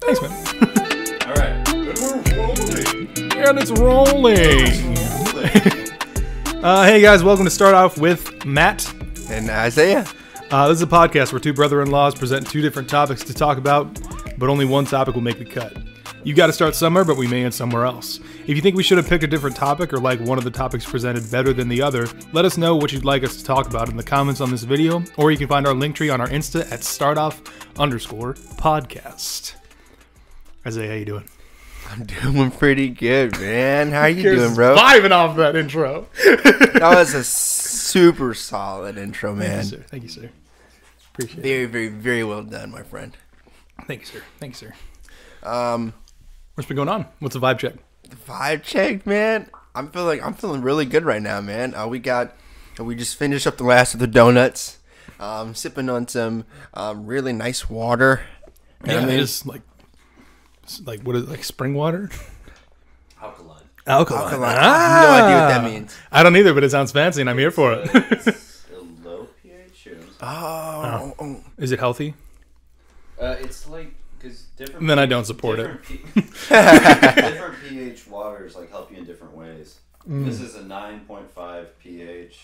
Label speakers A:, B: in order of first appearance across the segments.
A: Thanks, man.
B: All right. And we're rolling.
A: And it's rolling.
B: Rolling.
A: Uh, hey guys, welcome to start off with Matt.
C: And Isaiah.
A: Uh, this is a podcast where two brother-in-laws present two different topics to talk about, but only one topic will make the cut. You got to start somewhere, but we may end somewhere else. If you think we should have picked a different topic or like one of the topics presented better than the other, let us know what you'd like us to talk about in the comments on this video, or you can find our link tree on our Insta at startoff underscore podcast. Isaiah, how you doing?
C: I'm doing pretty good, man. How are you doing, bro?
A: Vibing off that intro.
C: That was a super solid intro,
A: Thank you,
C: man.
A: sir. Thank you, sir. Appreciate it.
C: Very, very, very well done, my friend.
A: Thank you, sir. Thank you, sir.
C: Um,
A: What's been going on? What's the vibe check?
C: vibe check, man. I'm feeling, I'm feeling really good right now, man. Uh, we got, we just finished up the last of the donuts. Um, sipping on some um, really nice water. And
A: Yeah,
C: I mean,
A: it's like, it's like what is it, like spring water?
B: Alkaline.
A: Alkaline.
C: Alkaline. I have no idea what that means.
A: Ah! I don't either, but it sounds fancy, and I'm here for it.
B: It's a low pH. or-
C: oh, oh, oh.
A: is it healthy?
B: Uh, it's like because different.
A: Then I don't support it.
B: different, P- different pH waters like help you in different ways.
A: Mm.
B: This is a 9.5 pH,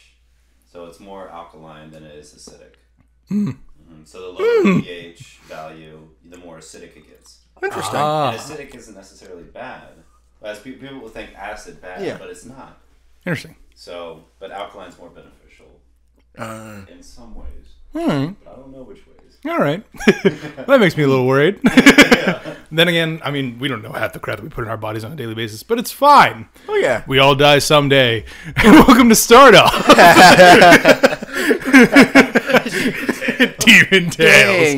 B: so it's more alkaline than it is acidic.
A: Mm.
B: Mhm, So the lower pH value, the more acidic it gets.
C: interesting.
B: And
A: Ah,
B: acidic isn't necessarily bad. As pe- people will think acid bad,
C: Yeah.
B: but it's not.
A: interesting.
B: So, but alkaline's more beneficial
C: Uh,
B: in some ways,
A: Hmm.
B: but I don't know which ways.
A: All right. that makes me a little worried. then again, I mean, we don't know half the crap that we put in our bodies on a daily basis, but it's fine.
C: oh yeah.
A: We all die someday. Welcome to Startup. Demon Tales.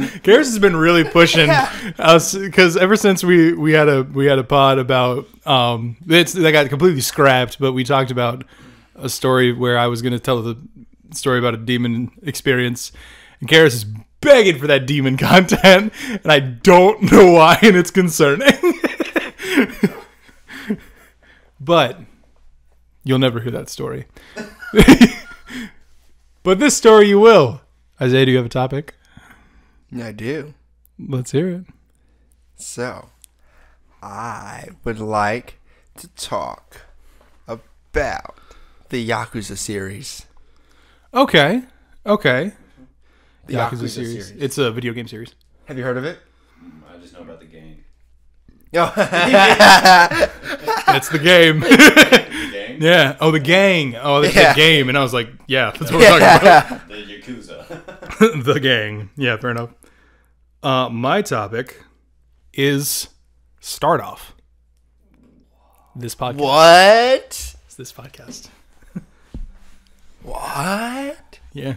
C: Dang.
A: Karis has been really pushing us because ever since we, we had a we had a pod about um it's that got completely scrapped, but we talked about a story where I was gonna tell the story about a demon experience and Karis is begging for that demon content and I don't know why and it's concerning. but you'll never hear that story. but this story you will. Isaiah, do you have a topic?
C: Yeah, I do.
A: Let's hear it.
C: So, I would like to talk about the Yakuza series.
A: Okay. Okay.
C: The
A: It's a video game series.
C: Have you heard of it?
B: Mm, I just know about the gang.
C: No.
A: That's the game.
B: The gang?
A: yeah. Oh, the gang. Oh, that's
C: Yeah.
A: the game. And I was like, yeah, that's what we're talking
C: yeah.
B: The Yakuza.
A: about. the gang. Yeah, fair enough. Uh, my topic is start off. This podcast.
C: What?
A: This podcast.
C: What?
A: Yeah.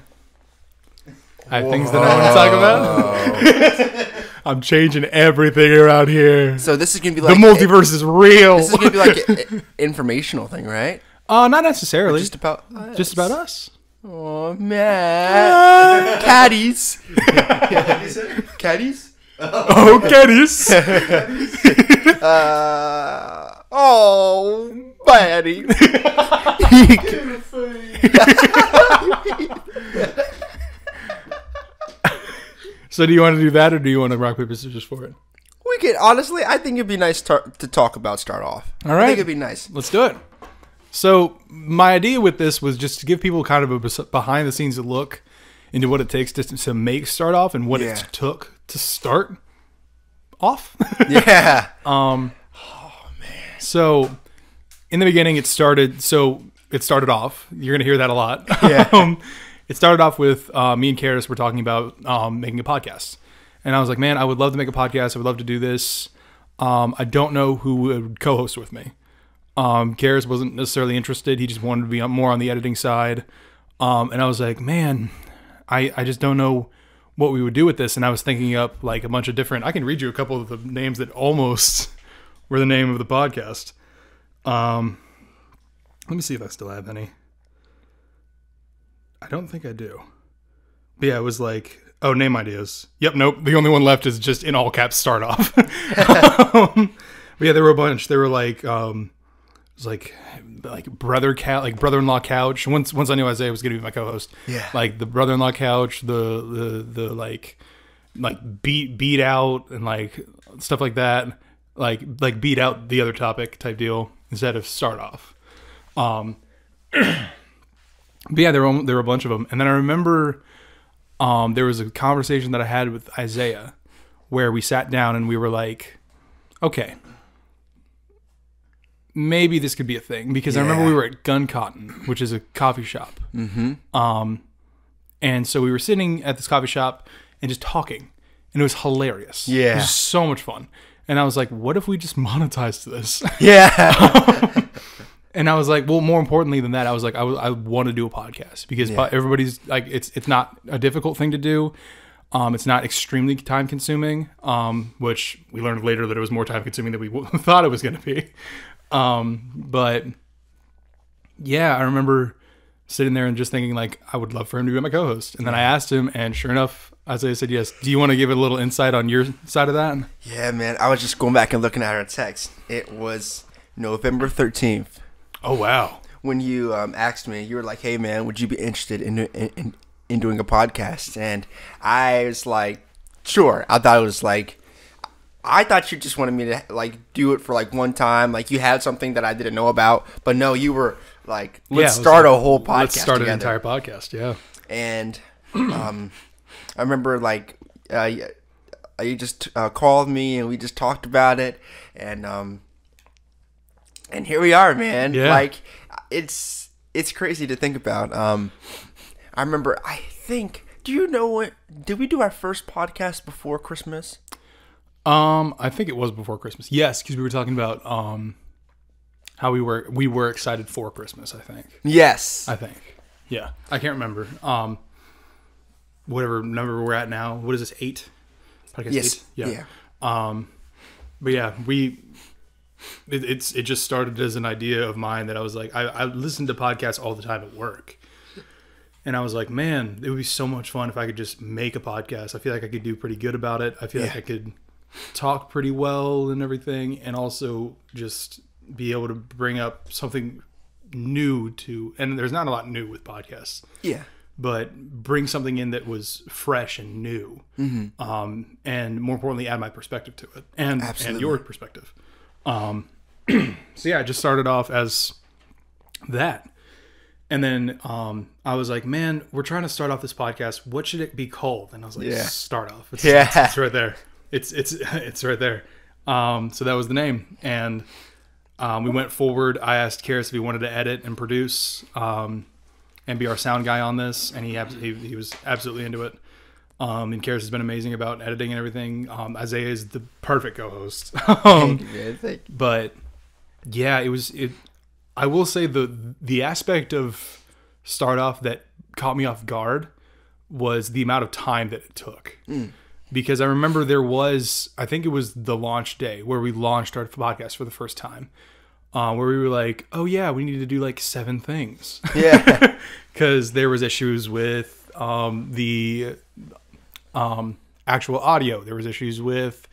A: I have things that I want to talk about. I'm changing everything around here.
C: So this is gonna be
A: The
C: like
A: multiverse is real.
C: This is gonna be like an informational thing, right?
A: Uh, not necessarily.
C: Just
A: Just,
C: about.
A: about us.
C: Oh man. Caddies. Caddies.
A: Oh, Kenny's.
C: Uh. Oh, buddy.
A: so, do you want to do that, or do you want to rock paper scissors for it?
C: We could honestly, I think it'd be nice tar- to talk about start off.
A: All
C: I
A: right.
C: think it'd be nice.
A: Let's do it. So, my idea with this was just to give people kind of a bes- behind the scenes look into what it takes to, to make start off and what
C: Yeah.
A: it took to start off.
C: Yeah.
A: So, in the beginning, it started. So it started off. You're gonna hear that a lot.
C: Yeah.
A: um, it started off with uh, me and Karis were talking about um, making a podcast, and I was like, "Man, I would love to make a podcast. I would love to do this. Um, I don't know who would co-host with me. Um, Karis wasn't necessarily interested. He just wanted to be on, more on the editing side. Um, and I was like, man, I, I just don't know what we would do with this. And I was thinking up like a bunch of different. I can read you a couple of the names that almost were the name of the podcast. Um, let me see if I still have any. I don't think I do. But yeah, it was like, oh, name ideas. Yep, nope. The only one left is just in all caps start off. um, but yeah, there were a bunch. There were like, um, it was like, like brother cat, like brother in law couch. Once once I knew Isaiah was gonna be my co-host,
C: Yeah.
A: like the brother in law couch, the the the like like beat beat out and like stuff like that, like like beat out the other topic type deal instead of start off. Um, but yeah, there were there were a bunch of them, and then I remember um, there was a conversation that I had with Isaiah where we sat down and we were like, okay, maybe this could be a thing because I remember
C: Yeah.
A: we were at Gun Cotton, which is a coffee shop. Mm-hmm. Um, and so we were sitting at this coffee shop and just talking, and it was hilarious.
C: Yeah.
A: it was so much fun. And I was like, what if we just monetized this?
C: Yeah.
A: And I was like, well, more importantly than that, I was like, I want to do a podcast because po- everybody's like, it's it's not a difficult thing to do. Um, it's not extremely time consuming, um, which we learned later that it was more time consuming than we w- thought it was going to be. Um, but yeah, I remember sitting there and just thinking like, I would love for him to be my co-host. And then I asked him, and sure enough, Isaiah said yes. Do you want to give a little insight on your side of that?
C: yeah, man. I was just going back and looking at our text. It was November 13th
A: Oh wow,
C: when you um, asked me. You were like, "Hey, man, would you be interested in in, in doing a podcast?" And I was like, "Sure." I thought it was like. I thought you just wanted me to like do it for like one time, like you had something that I didn't know about, but no, you were like, "Let's
A: it was
C: start
A: like,
C: a whole podcast."
A: Let's start
C: together.
A: an entire podcast. Yeah.
C: and um, I remember like uh, you- uh, you just uh, called me and we just talked about it, and um, and here we are, man.
A: Yeah.
C: Like it's it's crazy to think about. Um, I remember. I think. Do you know what? Did we do our first podcast before Christmas?
A: Um, I think it was before Christmas. Yes, because we were talking about um how we were we were excited for Christmas. I think.
C: Yes.
A: I think. Yeah, I can't remember. Um, whatever number we're at now. What is this eight? Podcast
C: yes.
A: eight.
C: Yeah.
A: Um, But yeah, we it, it's it just started as an idea of mine that I was like I, I listened to podcasts all the time at work. And I was like, man, it would be so much fun if I could just make a podcast. I feel like I could do pretty good about it. I feel like
C: Yeah.
A: I could talk pretty well and everything and also just be able to bring up something new to and there's not a lot new with podcasts
C: Yeah.
A: but bring something in that was fresh and new,
C: Mm-hmm.
A: um, and more importantly, add my perspective to it and
C: Absolutely.
A: and your perspective. Um, so yeah, I just started off as that, and then um, I was like, man, we're trying to start off this podcast. What should it be called? And I was like,
C: Yeah.
A: start off. It's,
C: Yeah.
A: it's, it's right there. It's it's it's right there. Um, so that was the name, and um, we went forward. I asked Karis if he wanted to edit and produce. Um, and be our sound guy on this, and he abs- he, he was absolutely into it. Um, and Karis has been amazing about editing and everything. Um, Isaiah is the perfect co-host. um, but yeah, it was it. I will say the the aspect of start off that caught me off guard was the amount of time that it took. Because I remember there was, I think it was the launch day where we launched our podcast for the first time, uh, where we were like, "Oh yeah, we need to do like seven things."
C: Yeah.
A: because there was issues with um, the um, actual audio. There was issues with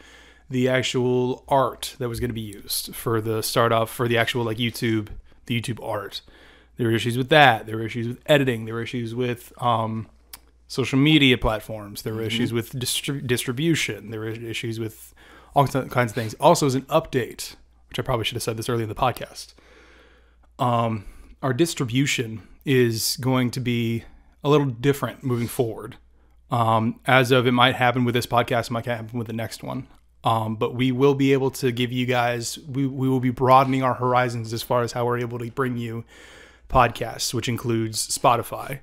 A: the actual art that was going to be used for the start off for the actual like YouTube, the YouTube art. There were issues with that. There were issues with editing. There were issues with um, social media platforms. There were issues with distri- distribution. There were issues with all kinds of things. Also, as an update, which I probably should have said this early in the podcast, our distribution is going to be a little different moving forward. Um, as of it might happen with this podcast, it might happen with the next one. Um, but we will be able to give you guys, we, we will be broadening our horizons as far as how we're able to bring you podcasts, which includes Spotify,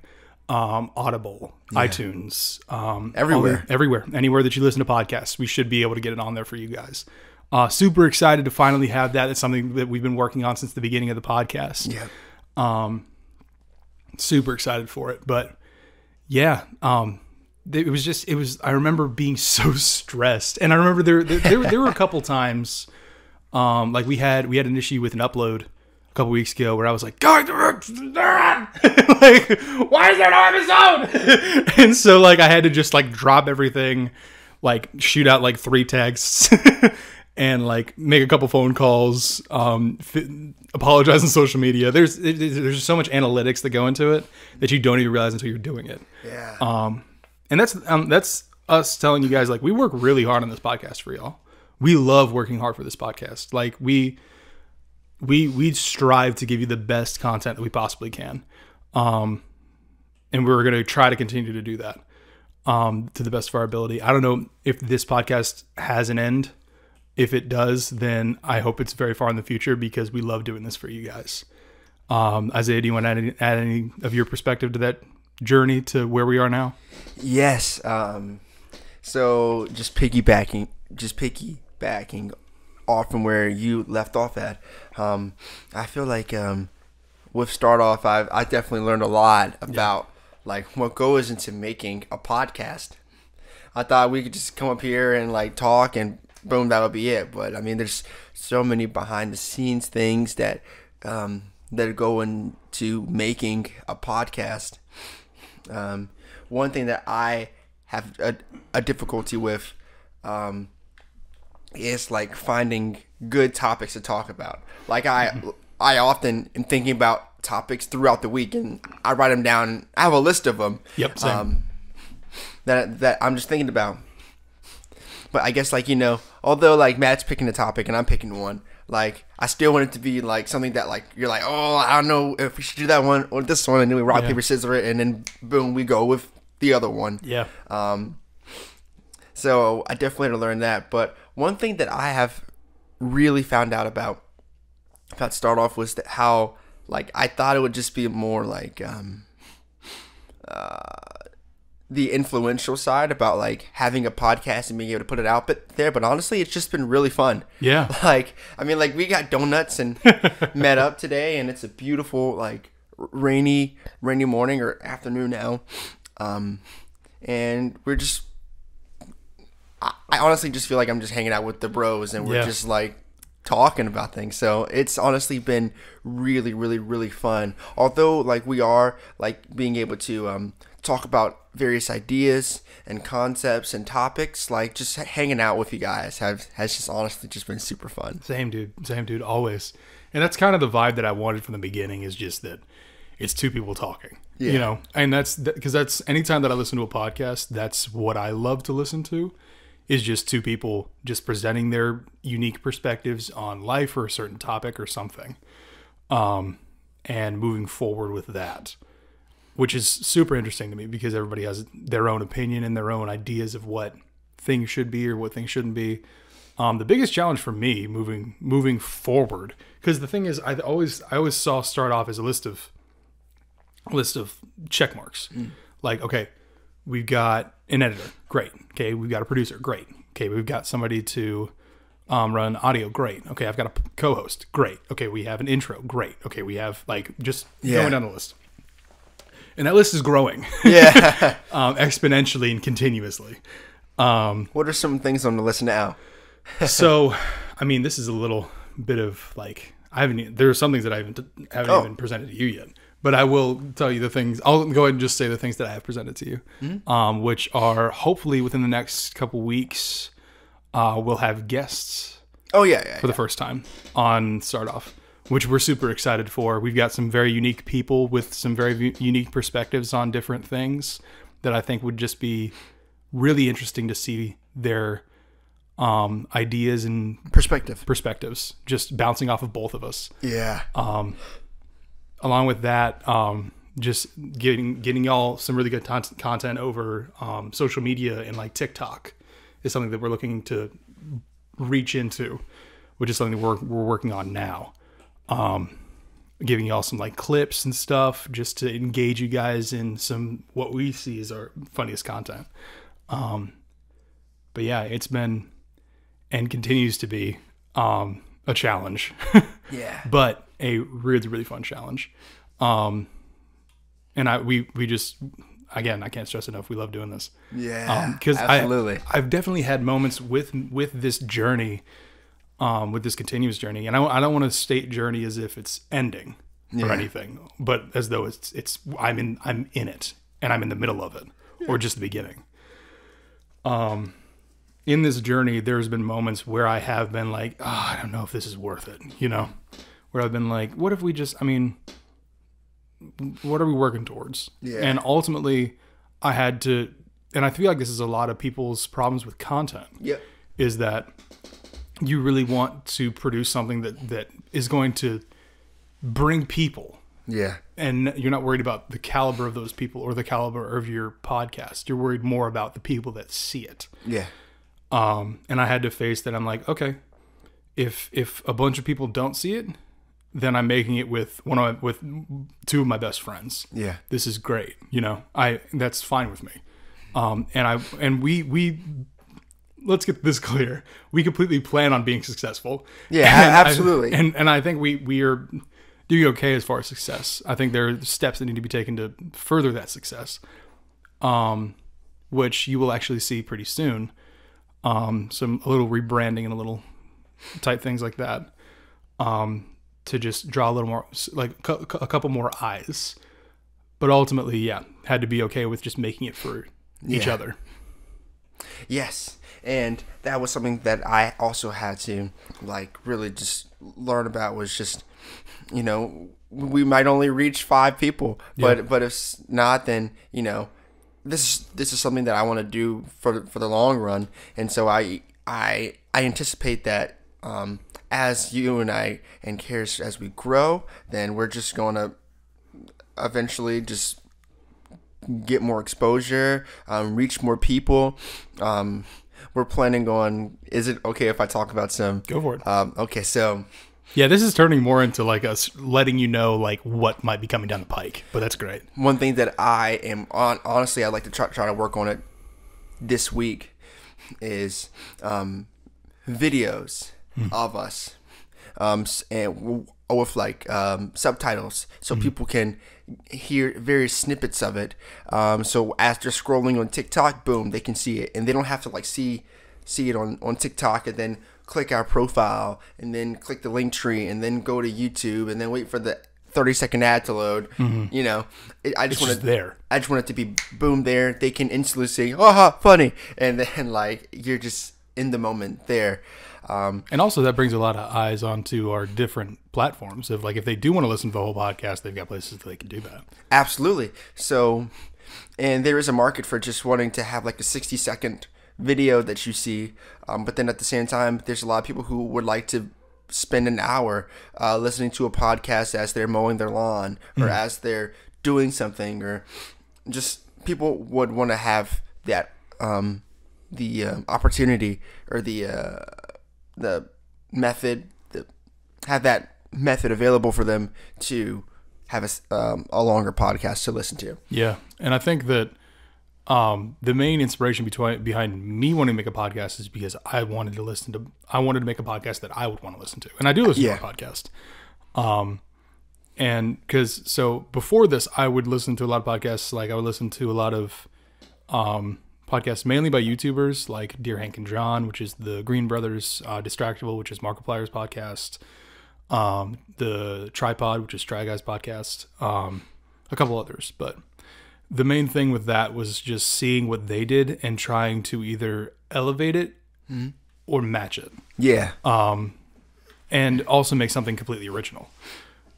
A: um, Audible, iTunes, um,
C: Everywhere.
A: all the- everywhere, anywhere that you listen to podcasts, we should be able to get it on there for you guys. Uh, super excited to finally have that. It's something that we've been working on since the beginning of the podcast Um,
C: yeah.
A: super excited for it. But yeah, um, it was just it was. I remember being so stressed, and I remember there there there, there were a couple times, um, like we had we had an issue with an upload a couple weeks ago where I was like, God, like why is there no episode? and so like I had to just like drop everything, like shoot out like three texts. And like make a couple phone calls, um, fi- apologize on social media. There's there's there's so much analytics that go into it that you don't even realize until you're doing it
C: Yeah.
A: and that's um, that's us telling you guys like we work really hard on this podcast for y'all. we love working hard for this podcast. Like we we we strive to give you the best content that we possibly can. Um and we're going to try to continue to do that um to the best of our ability. I don't know if this podcast has an end. If it does, then I hope it's very far in the future because we love doing this for you guys. Um, Isaiah, do you want to add any, add any of your perspective to that journey to where we are now?
C: Yes. Um, so just piggybacking, just piggybacking off from where you left off at. Um, I feel like um, with start off, I've I definitely learned a lot about like what goes into making a podcast. I thought we could just come up here and like talk and boom, that would be it. But I mean, there's so many behind the scenes things that um, that go into making a podcast. Um, one thing that I have a, a difficulty with um, is like finding good topics to talk about. Like
A: Mm-hmm.
C: I, I often am thinking about topics throughout the week, and I write them down. I have a list of them.
A: Yep, same.
C: that that I'm just thinking about. But I guess like you know, although like Matt's picking a topic and I'm picking one, like I still want it to be like something that like you're like, oh, I don't know if we should do that one or this one, and then we rock
A: Yeah.
C: paper scissors it, and then boom, we go with the other one.
A: Yeah.
C: Um, so I definitely had to learn that. But one thing that I have really found out about, if I'd start off, was that how like I thought it would just be more like um, uh, the influential side about like having a podcast and being able to put it out, but there. But honestly, it's just been really fun.
A: Yeah.
C: Like I mean, like we got donuts and met up today, and it's a beautiful like r- rainy rainy morning or afternoon now, um, and we're just. I, I honestly just feel like I'm just hanging out with the bros, and we're
A: Yeah.
C: just like talking about things. So it's honestly been really, really, really fun. Although like we are like being able to um, talk about various ideas and concepts and topics, like just hanging out with you guys have has just honestly just been super fun.
A: Same dude, same dude, always. And that's kind of the vibe that I wanted from the beginning is just that it's two people talking. You know, and that's because that's anytime that I listen to a podcast, that's what I love to listen to is just two people just presenting their unique perspectives on life or a certain topic or something. Um, and moving forward with that, which is super interesting to me because everybody has their own opinion and their own ideas of what things should be or what things shouldn't be. Um, the biggest challenge for me moving moving forward, because the thing is, I always I always saw start off as a list of list of check marks.
C: Mm.
A: Like, okay, we've got an editor, great. Okay, we've got a producer, great. Okay, we've got somebody to um, run audio, great. Okay, I've got a p- co-host, great. Okay, we have an intro, great. Okay, we have like just
C: Yeah.
A: going down the list, and that list is growing
C: Yeah.
A: um, exponentially and continuously.
C: what are some things on the list now?
A: so, I mean, this is a little bit of like I haven't. e- There are some things that I haven't haven't
C: Oh.
A: even presented to you yet. But I will tell you the things. I'll go ahead and just say the things that I have presented to you,
C: Mm-hmm.
A: um, which are hopefully within the next couple weeks. Uh, we'll have guests
C: Oh yeah, yeah.
A: for the first time on Start Off, which we're super excited for. We've got some very unique people with some very u- unique perspectives on different things that I think would just be really interesting to see their um, ideas and
C: Perspective.
A: perspectives just bouncing off of both of us.
C: Yeah.
A: Uh, Along with that, um, just getting getting y'all some really good ton- content over um, social media and like TikTok is something that we're looking to reach into, which is something that we're, we're working on now. Um, giving y'all some like clips and stuff just to engage you guys in some what we see as our funniest content. Um, but yeah, it's been and continues to be um, a challenge.
C: yeah.
A: but a really really fun challenge um and i we we just again i can't stress enough we love doing this
C: Yeah.
A: um because
C: absolutely.
A: i've definitely had moments with with this journey um with this continuous journey and i, I don't want to state journey as if it's ending or anything but as though it's it's i'm in i'm in it and i'm in the middle of it or just the beginning um in this journey there's been moments where i have been like oh, i don't know if this is worth it you know where i've been like what if we just i mean what are we working towards?
C: Yeah.
A: And ultimately, I had to, and I feel like this is a lot of people's problems with content
C: yep.
A: is that you really want to produce something that that is going to bring people
C: Yeah.
A: and you're not worried about the caliber of those people or the caliber of your podcast you're worried more about the people that see it
C: Yeah.
A: um, and i had to face that i'm like okay if if a bunch of people don't see it then i'm making it with one of my, with two of my best friends
C: Yeah.
A: this is great you know i that's fine with me um and i and we we let's get this clear we completely plan on being successful
C: Yeah,
A: And
C: a-
A: I-
C: absolutely.
A: and and i think we we are doing okay as far as success i think there are steps that need to be taken to further that success um which you will actually see pretty soon um some a little rebranding and a little type things like that um to just draw a little more like cou- cou- a couple more eyes but ultimately, yeah, had to be okay with just making it for each
C: Yeah.
A: other.
C: Yes. And that was something that I also had to like really just learn about was just you know we might only reach 5 people but but if s- not then you know this this is something that I want to do for for the long run and so I I I anticipate that um as you and I and cares as we grow then we're just going to eventually just get more exposure, um, reach more people. Um, we're planning on. Is it okay if I talk about some?
A: Go for it.
C: Um, okay, so
A: Yeah, this is turning more into like us letting you know like what might be coming down the pike, but that's great.
C: one thing that I am on. Honestly, I'd like to try, try to work on it this week is um, videos of us, um, s- and w- or with like um, subtitles, so people can hear various snippets of it. Um, so as they're scrolling on TikTok, boom, they can see it, and they don't have to like see see it on on TikTok and then click our profile and then click the link tree and then go to YouTube and then wait for the 30 second ad to load. You know, it, I just want
A: Just
C: to
A: there.
C: I just want it to be boom there. They can instantly say, "Aha, funny," and then like you're just in the moment there. Um,
A: And also that brings a lot of eyes onto our different platforms. If like if they do want to listen to the whole podcast, they've got places that they can do that.
C: absolutely. So, and there is a market for just wanting to have like a 60 second video that you see, um, but then at the same time, there's a lot of people who would like to spend an hour uh, listening to a podcast as they're mowing their lawn or as they're doing something, or just people would want to have that um, the um, opportunity or the uh, the method the, have that method available for them to have a, s- um, a longer podcast to listen to
A: Yeah, and I think that um, the main inspiration between behind me wanting to make a podcast is because I wanted to listen to I wanted to make a podcast that I would want to listen to, and I do listen
C: Yeah.
A: to a podcast. Um, and because so before this, I would listen to a lot of podcasts. Like I would listen to a lot of um, podcasts mainly by YouTubers like Dear Hank and John, which is the Green Brothers, uh, Distractable, which is Markiplier's podcast, um, the Tripod, which is Try Guys podcast, um, a couple others. But the main thing with that was just seeing what they did and trying to either elevate it or match it
C: yeah
A: Uh, and also make something completely original,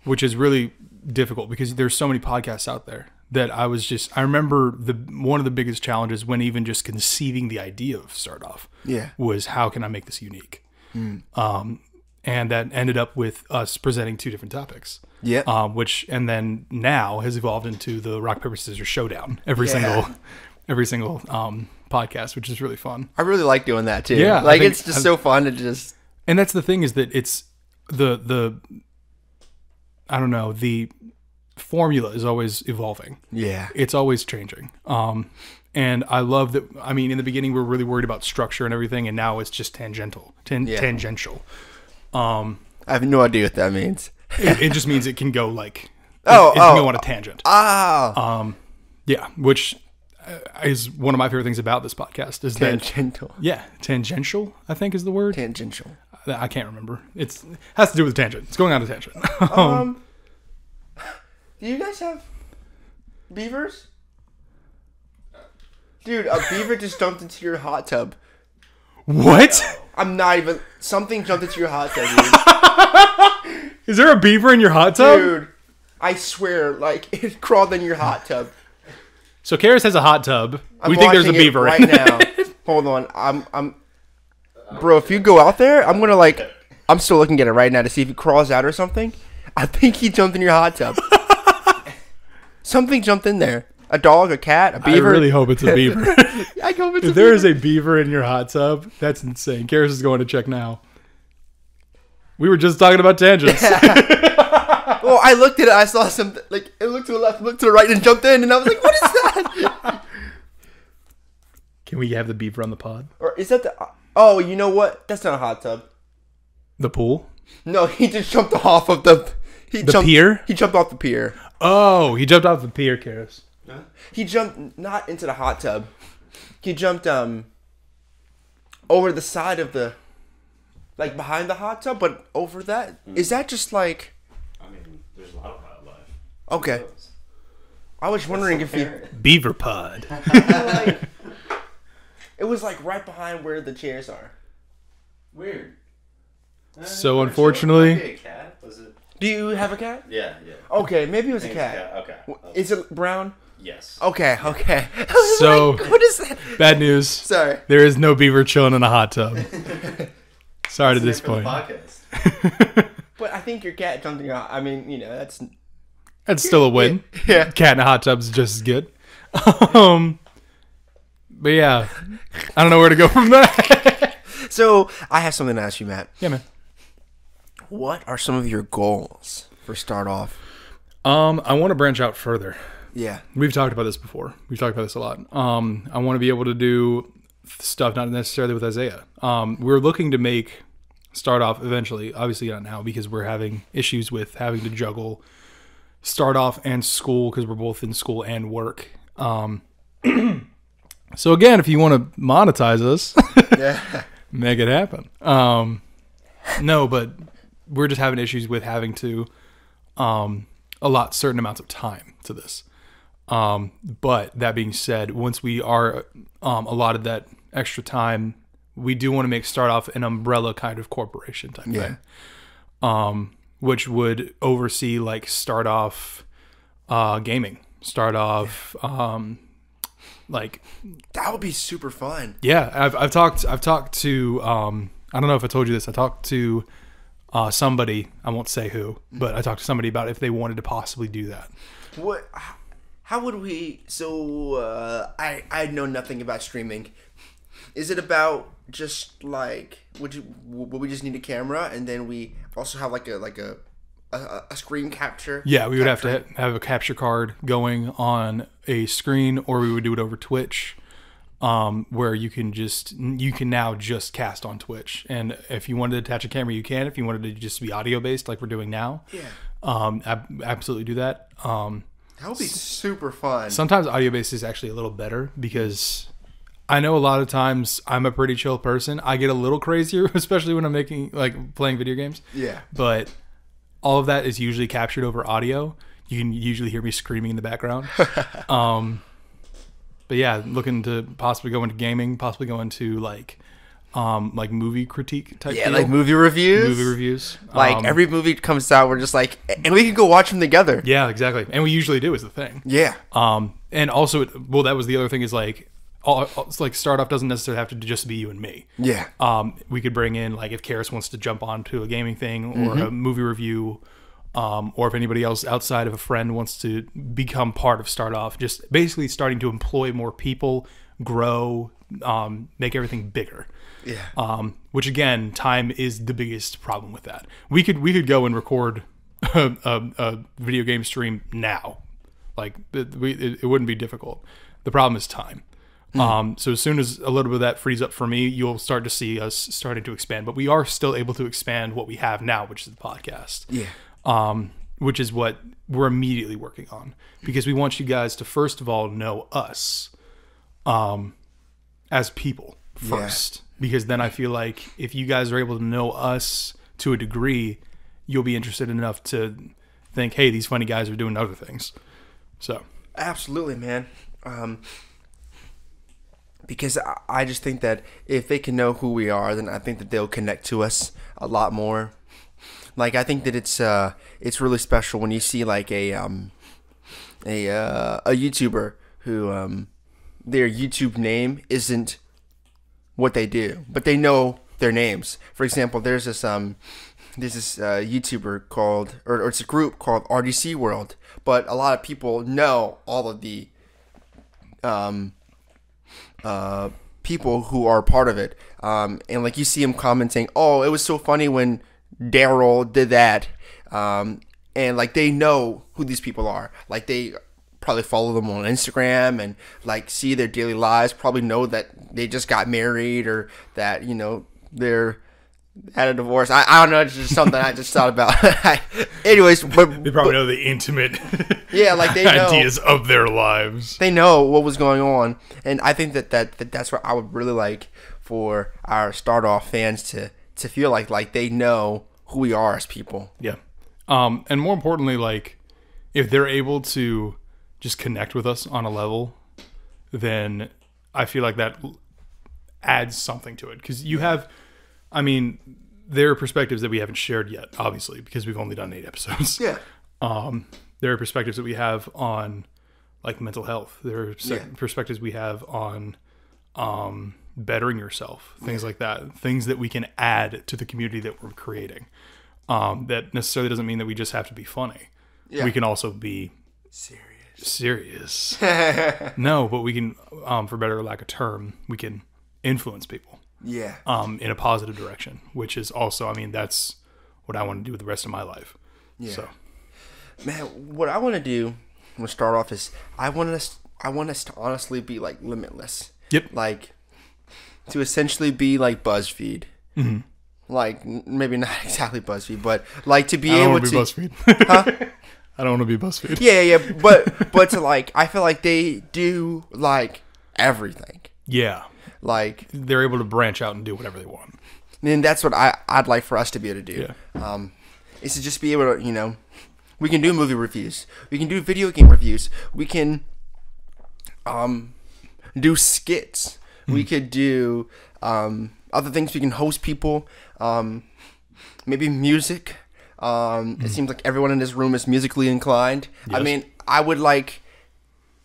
A: which is really difficult because there's so many podcasts out there that I was just I remember the one of the biggest challenges when even just conceiving the idea of start off
C: Yeah.
A: was how can I make this unique, um, and that ended up with us presenting two different topics.
C: Yeah.
A: um, which and then now has evolved into the rock paper scissors showdown every
C: Yeah.
A: single every single um, podcast, which is really fun.
C: i really like doing that too
A: Yeah, I
C: like
A: think-
C: it's just
A: I-
C: so fun to just
A: and that's the thing is that it's the the i don't know the formula is always evolving
C: yeah
A: it's always changing um and i love that i mean in the beginning we were really worried about structure and everything and now it's just tangential tan-
C: Yeah.
A: tangential
C: i have no idea what that means
A: it, it just means it can go like
C: Oh,
A: it, it can
C: oh.
A: go on a tangent
C: ah
A: Uh, yeah which uh, is one of my favorite things about this podcast is that
C: tangential
A: yeah tangential i think is the word
C: tangential
A: i can't remember it's has to do with tangent it's going on a tangent
C: um do you guys have beavers dude a beaver just jumped into your hot tub
A: what
C: i'm not even something jumped into your hot tub dude.
A: Is there a beaver in your hot tub?
C: Dude, I swear, like it crawled in your hot tub.
A: So Karis has a hot tub.
C: I'm
A: we think there's a
C: watching it
A: beaver
C: right
A: in it.
C: now. Hold on, I'm I'm Bro, if you go out there, I'm gonna like. I'm still looking at it right now to see if he crawls out or something. I think he jumped in your hot tub. something jumped in there. A dog, a cat, a beaver.
A: I really hope it's a beaver.
C: I hope it's
A: if there is a beaver in your hot tub, that's insane. Karis is going to check now. We were just talking about tangents.
C: Well, Oh, I looked at it. I saw something. Like it looked to the left, looked to the right, and jumped in. And I was like, "What is that?"
A: Can we have the beaver on the pod?
C: or is that the? Oh, you know what? That's not a hot tub.
A: The pool?
C: No, he just jumped off of the. He
A: The
C: jumped,
A: pier?
C: He jumped off the pier.
A: Oh, he jumped off the pier, Karis.
C: He jumped not into the hot tub. He jumped um. Over the side of the, like behind the hot tub, but over that is that just like
B: I mean, there's a lot of wildlife.
C: okay? I was wondering if he.
A: Beaver pod.
C: like, it was like right behind where the chairs are.
B: Weird. Eh,
A: So,
B: I'm not sure.
A: unfortunately- Oh,
B: Might be a cat was it?
C: Do you have a cat?
B: Yeah, yeah.
C: Okay, maybe it was a
B: It's
C: cat.
B: Okay. Uh,
C: W- Is it brown?
B: yes.
A: oh,
C: Okay, okay. I was
A: So-
C: like, what is that?
A: Bad news.
C: Sorry.
A: There is no beaver chilling in a hot tub. Sorry to disappoint.
B: Podcast.
C: But I think your cat jumped in your I mean, you know, that's.
A: That's still a win.
C: Yeah.
A: Cat in a hot tub's just as good. Um, but yeah, I don't know where to go from that.
C: So, I have something to ask you, Matt.
A: yeah, man.
C: What are some of your goals for start off?
A: Um, I want to branch out further.
C: Yeah.
A: We've talked about this before. We've talked about this a lot. Um, I want to be able to do stuff not necessarily with Isaiah. Um, we're looking to make start off eventually, obviously not now because we're having issues with having to juggle start off and school because we're both in school and work. Um, so again, if you want to monetize us,
C: Yeah.
A: make it happen. Um, no, but we're just having issues with having to um, allot certain amounts of time to this. Um, but that being said, once we are um, allotted that extra time, we do want to make start off an umbrella kind of corporation type thing, um, which would oversee like start off uh, gaming, start off um, like
C: That would be super fun.
A: yeah, I've, I've talked I've talked to um, I don't know if I told you this. I talked to uh, somebody I won't say who, but I talked to somebody about if they wanted to possibly do that.
C: What. h- How would we. So, uh, I, I know nothing about streaming. Is it about just like would you would we just need a camera and then we also have like a like a a, a screen capture
A: Yeah, we would have to ha- have a capture card going on a screen, or we would do it over Twitch, um, where you can just you can now just cast on Twitch, and if you wanted to attach a camera, you can. If you wanted to just be audio based, like we're doing now,
C: Yeah.
A: um, ab- absolutely do that. Um,
C: That would be super fun.
A: sometimes audio based is actually a little better because I know a lot of times I'm a pretty chill person. I get a little crazier, especially when I'm making like playing video games.
C: Yeah.
A: But all of that is usually captured over audio. You can usually hear me screaming in the background. um, but yeah, looking to possibly go into gaming, possibly go into like um, like movie critique type.
C: Yeah,
A: deal.
C: like movie reviews.
A: movie reviews.
C: Like
A: Um,
C: every movie comes out, we're just like, and we can go watch them together.
A: yeah, exactly. And we usually do is the thing.
C: Yeah.
A: Um, and also, it, well, that was the other thing is like, all, all- it's like start off doesn't necessarily have to just be you and me.
C: Yeah.
A: Um, we could bring in like if Karis wants to jump onto a gaming thing or a movie review, um, or if anybody else outside of a friend wants to become part of Start Off, just basically starting to employ more people, grow, um, make everything bigger.
C: Yeah.
A: Um, which again, time is the biggest problem with that. We could we could go and record a, a, a video game stream now, like it, we, it, it wouldn't be difficult. The problem is time. Um, so as soon as a little bit of that frees up for me, you'll start to see us starting to expand. But we are still able to expand what we have now, which is the podcast
C: yeah.
A: um, which is what we're immediately working on because we want you guys to first of all know us um, as people first because then i feel like if you guys are able to know us to a degree you'll be interested enough to think hey these funny guys are doing other things so
C: Absolutely, man. Um, because I, I just think that if they can know who we are, then I think that they'll connect to us a lot more. Like I think that it's uh, it's really special when you see like a um, a uh, a YouTuber who um, their YouTube name isn't what they do, but they know their names. For example, there's this um, there's this uh, YouTuber called, or, or it's a group called RDC World, but a lot of people know all of the um, uh, people who are part of it. Um, and like you see him commenting, "Oh, it was so funny when Daryl did that," um, and like they know who these people are. Like they probably follow them on Instagram and like see their daily lives. Probably know that they just got married or that you know they're had a divorce. I, I don't know. It's just something I just thought about. Anyways, but
A: They probably know the intimate
C: yeah, like they know
A: ideas of their lives.
C: they know what was going on and i think that, that, that that's what i would really like for our start off fans to to feel like like they know who we are as people
A: Yeah. Um, and more importantly, like if they're able to just connect with us on a level, then I feel like that l- adds something to it. Because you have, I mean, there are perspectives that we haven't shared yet, obviously, because we've only done eight episodes.
C: yeah
A: Um, there are perspectives that we have on like mental health. There are se-
C: Yeah.
A: perspectives we have on um, bettering yourself, things like that. Things that we can add to the community that we're creating. Um, that necessarily doesn't mean that we just have to be funny.
C: Yeah.
A: We can also be
C: serious
A: serious. no, but we can, um, for better or lack of term, we can influence people
C: yeah
A: um, in a positive direction, which is also, I mean, that's what I want to do with the rest of my life. So,
C: man what i want to do i'm gonna start off is i want us i want us to honestly be like limitless
A: Yep.
C: like to essentially be like buzzfeed
A: Mm-hmm.
C: like n- maybe not exactly buzzfeed but like to be
A: I don't
C: able
A: want to
C: to
A: be BuzzFeed. I don't want to be BuzzFeed.
C: Yeah, yeah, yeah, but but to like, I feel like they do like everything.
A: Yeah.
C: Like,
A: They're able to branch out and do whatever they want.
C: and that's what I I'd like for us to be able to do. Um, is to just be able to, you know, we can do movie reviews, we can do video game reviews, we can, um, do skits,
A: Hmm.
C: we could do um other things. We can host people, um, maybe music. Um, it seems like everyone in this room is musically inclined. I
A: Hmm. Yes.
C: mean, I would like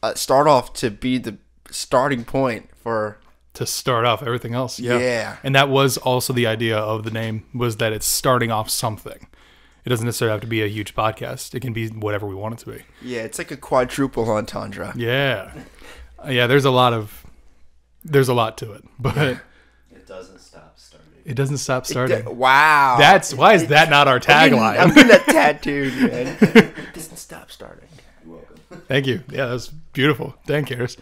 C: uh, start off to be the starting point for
A: To start off everything else. Yeah.
C: Yeah.
A: And that was also the idea of the name was that it's starting off something. It doesn't necessarily have to be a huge podcast. It can be whatever we want it to be.
C: yeah, it's like a quadruple entendre.
A: Yeah. Uh, Yeah, there's a lot of there's a lot to it. But
B: It doesn't stop starting.
A: it doesn't stop starting.
C: Th- wow.
A: That's why is that not our
C: I'm getting- I'm
A: tagline?
C: getting that tattooed, man. It doesn't stop starting.
B: You're welcome.
A: Thank you. Yeah, that's beautiful. Thank Karis.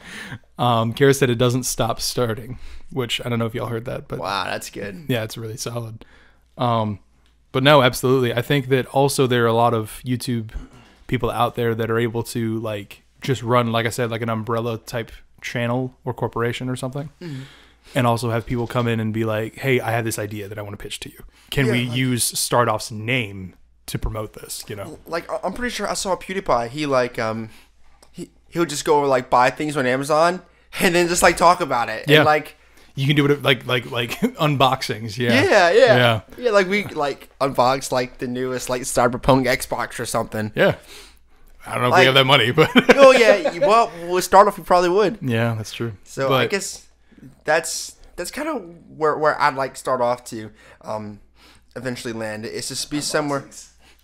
A: Um Karis said it doesn't stop starting, which I don't know if y'all heard that, but
C: Wow, that's good.
A: yeah, it's really solid. Um, but no, absolutely. I think that also there are a lot of YouTube people out there that are able to like just run, like I said, like an umbrella type channel or corporation or something, and also have people come in and be like, "Hey, I have this idea that I want to pitch to you. Can we use Stardoff's name to promote this?" You know,
C: Like I- I'm pretty sure I saw PewDiePie. He like um, he he'll just go like buy things on Amazon and then just like talk about it.
A: Yeah.
C: And, like
A: you can do it like like like unboxings. Yeah,
C: yeah, yeah,
A: yeah,
C: yeah, Like we like unbox like the newest like Cyberpunk Xbox or something.
A: yeah. I don't know if we
C: Like-
A: have that money, but
C: oh yeah. you- Well, we'll start off. You probably would.
A: yeah, that's true.
C: So I
A: But-
C: guess that's that's kind of where where I'd like start off to. Um, eventually land. It's just be somewhere.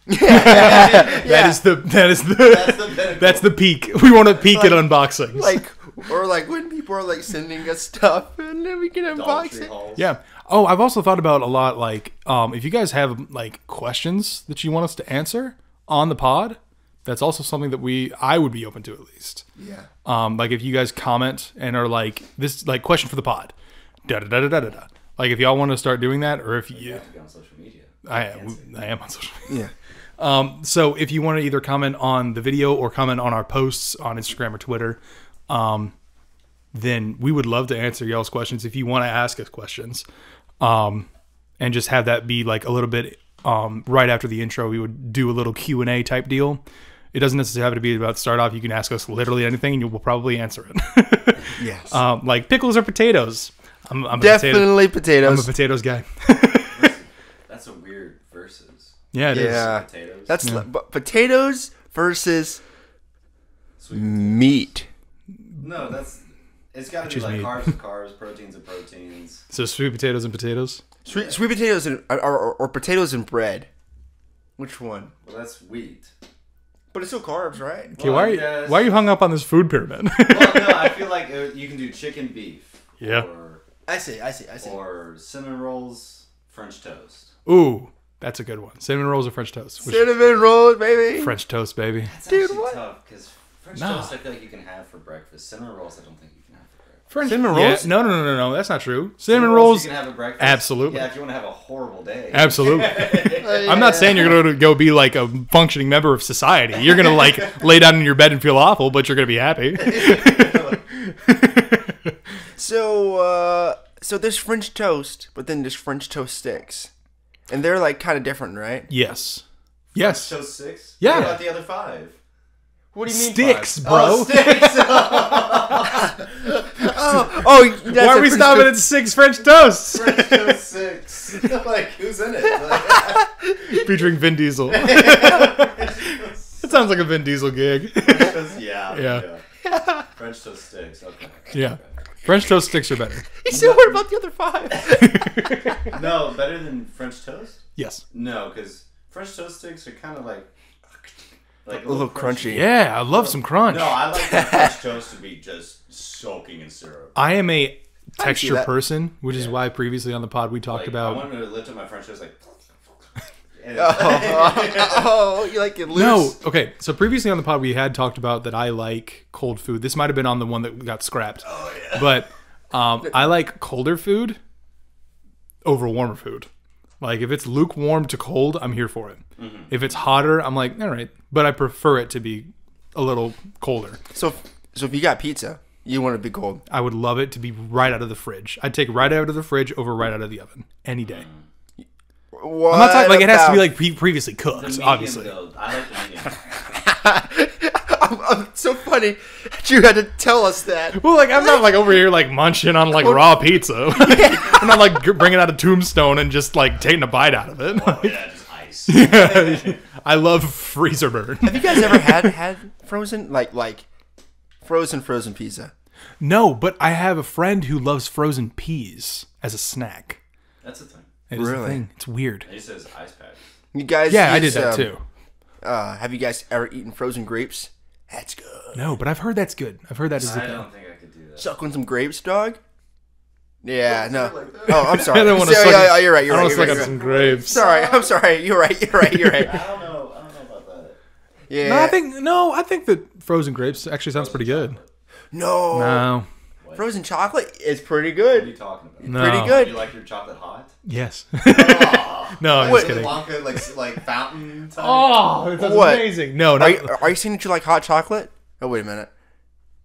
A: That
C: Yeah.
A: is the that is the that's the,
B: the pinnacle.
A: peak. We want to peak at unboxings.
C: like or like when people are like sending us stuff and then we can
B: Dollar
C: unbox
B: Tree
C: it.
B: hauls.
A: yeah. Oh, I've also thought about a lot. Like, um, if you guys have like questions that you want us to answer on the pod, that's also something that we I would be open to at least.
C: Yeah.
A: Um, like if you guys comment and are like this, like question for the pod, da da da da da da. da. Like if y'all want to start doing that, or if you,
B: Be on social media.
A: I am, I am on social. media.
C: Yeah.
A: Um, so if you want to either comment on the video or comment on our posts on Instagram or Twitter, um, then we would love to answer y'all's questions if you want to ask us questions. Um, and just have that be like a little bit um, right after the intro, we would do a little Q and A type deal. It doesn't necessarily have to be about start off. You can ask us literally anything, and you will probably answer it.
C: Yes.
A: um, like pickles or potatoes. I'm, I'm a potato,
C: Definitely
A: I'm a
C: potatoes.
A: potatoes guy.
B: That's a weird versus.
A: yeah, it is.
C: yeah.
B: Potatoes.
C: That's li- but potatoes versus
B: Sweet.
C: meat.
B: No, that's. It's got to be
A: choose
B: like
A: meat.
B: carbs and carbs, proteins and proteins.
A: So sweet potatoes and potatoes.
C: Sweet, sweet potatoes and or, or, or potatoes and bread. Which one?
B: Well, that's wheat.
C: But it's still carbs, right?
A: Okay, why are you
B: Well, yes.
A: why are you hung up on this food pyramid?
B: Well, no, I feel like it, you can do chicken beef.
A: Yeah.
B: Or,
C: I see, I see, I see.
B: or cinnamon rolls, French toast.
A: Ooh, that's a good one. Cinnamon rolls or French toast? Which-
C: Cinnamon rolls, baby.
A: French toast, baby.
B: That's
C: Dude,
B: actually
C: what?
B: tough because French
A: Nah.
B: toast I feel like you can have for breakfast. Cinnamon rolls I don't think you can have for breakfast.
A: French
C: Cinnamon rolls?
A: No, no, no, no, no. That's not true. Cinnamon rolls.
B: you can have at breakfast.
A: Absolutely.
B: Yeah, if you want to have a horrible day.
A: Absolutely.
C: Yeah.
A: I'm not saying you're gonna go be like a functioning member of society. You're gonna like lay down in your bed and feel awful, but you're gonna be happy.
C: So, uh, so there's French toast, but then there's French toast sticks, and they're like kind of different, right?
A: yes. Yes.
B: So six.
A: Yeah.
B: What about the other five?
C: What do you mean?
A: Sticks,
C: five?
A: bro.
C: Oh, sticks. oh, oh that's
A: Why
C: a
A: are we
C: French
A: stopping
C: toast-
A: at six French toasts?
B: French toast six. like who's in it? Like,
A: Featuring Vin Diesel. that sounds like a Vin Diesel gig.
B: French toast- yeah.
A: Yeah.
B: yeah. French toast sticks. Okay.
A: yeah. French toast sticks are better.
C: He said, "What about the other five?
B: No, better than French toast.
A: Yes.
B: No, because French toast sticks are kind of like like
C: A little crunchy.
A: Yeah, I love some crunch.
B: No, I like my French toast to be just soaking in syrup.
A: I am a texture
C: that.
A: person, which is why previously on the pod we talked
B: Like, I
A: about.
B: wanted to lift up my French toast like. and-
C: oh, you like it loose?
A: No, okay. So previously on the pod we had talked about that I like cold food. This might have been on the one that got scrapped. Oh yeah. But um, I like colder food over warmer food. Like if it's lukewarm to cold, I'm here for it. If it's hotter, I'm like, all right. But I prefer it to be a little colder.
C: So, so if you got pizza, you want it to be cold.
A: I would love it to be right out of the fridge. I'd take right out of the fridge over right out of the oven any day.
C: What
A: I'm not talking like it has to be like pre- previously cooked,
B: The medium,
A: obviously.
B: though. I like the medium.
C: I'm, I'm so funny. that You had to tell us that.
A: Well, like I'm not like over here like munching on like raw pizza. I'm not like g- bringing out a tombstone and just like taking a bite out of it.
B: Oh, yeah, just ice. Yeah.
A: I love freezer burn.
C: Have you guys ever had had frozen like like frozen frozen pizza?
A: No, but I have a friend who loves frozen peas as a snack.
B: That's the thing.
A: It is a
C: Really?
A: thing. It's weird.
B: He says ice packs.
C: You guys?
A: Yeah, I did
C: use,
A: that
C: um,
A: too.
C: Uh, have you guys ever eaten frozen grapes? That's good.
A: No, but I've heard that's good. I've heard that is a
B: I
A: thing.
B: don't think I could do that.
C: Suck on some grapes, dog. Yeah, no.
B: like that.
C: Oh, I'm sorry.
A: I don't want to
C: Yeah,
A: suck.
C: yeah,
A: up-
C: yeah, you're right. You're
A: I
C: right.
A: don't wanna
C: You're right,
A: suck
C: you're
A: up
C: right.
A: some grapes.
C: Sorry, I'm sorry. You're right. You're right. You're right.
B: I don't know. I don't know about that.
C: Yeah.
A: No, I think no. I think that frozen grapes actually sounds pretty good.
C: no.
A: No,
C: Frozen chocolate is pretty
B: What are
C: good.
B: you talking about?
A: no.
C: Pretty
B: Do you
C: good.
B: like your chocolate hot?
A: Yes. no, I'm just
C: Wait.
A: kidding.
B: Blanca, like like fountain. Type.
A: Oh, that's
C: What?
A: amazing. No,
C: Are
A: not,
C: you, are you saying that you like hot chocolate? Oh, wait a minute.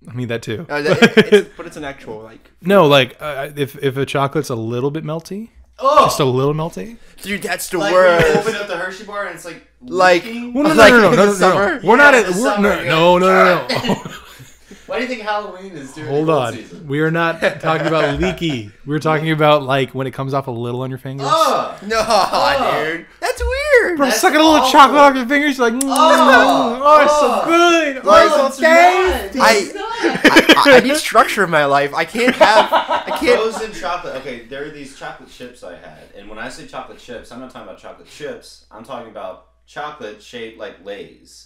A: I mean Uh, that too.
C: No, that- it- it's- but it's an actual like.
A: No, like uh, if if a chocolate's a little bit melty,
B: Oh,
A: just a little melty.
C: Dude, that's the
B: like when you open
C: worst.
B: up the Hershey bar and it's like
C: Like,
B: leaking?
A: Well, no, no,
C: like
A: no, no,
C: in
A: no,
C: the
A: no, no.
C: summer.
A: We're not
B: Yeah,
A: at.
B: the
A: We're,
B: summer, yeah.
A: no, no, no, no, no.
B: Why do you think Halloween is during
A: Hold
B: the cold
A: on.
B: season?
A: We are not talking about leaky. We're talking about like when it comes off a little on your fingers.
B: Oh,
C: No, dude, that's weird.
A: Bro,
B: that's
A: sucking a little
B: awful.
A: chocolate off your fingers, you're like, mm, oh, it's so
B: oh.
A: good. Oh, it's so tasty.
B: Not.
C: I-
B: It's not.
C: I, I need structure in my life. I can't have. I can't.
B: Frozen chocolate. Okay, there are these chocolate chips I had, and when I say chocolate chips, I'm not talking about chocolate chips. I'm talking about chocolate shaped like Lay's.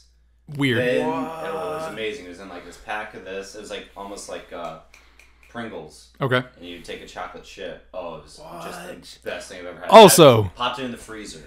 A: Weird.
B: Then it was amazing. It was in like this pack of this. It was like almost like uh, Pringles,
A: Okay.
B: and you take a chocolate chip. Oh, it was just the best thing I've ever had.
A: Also-
B: I popped it in the freezer,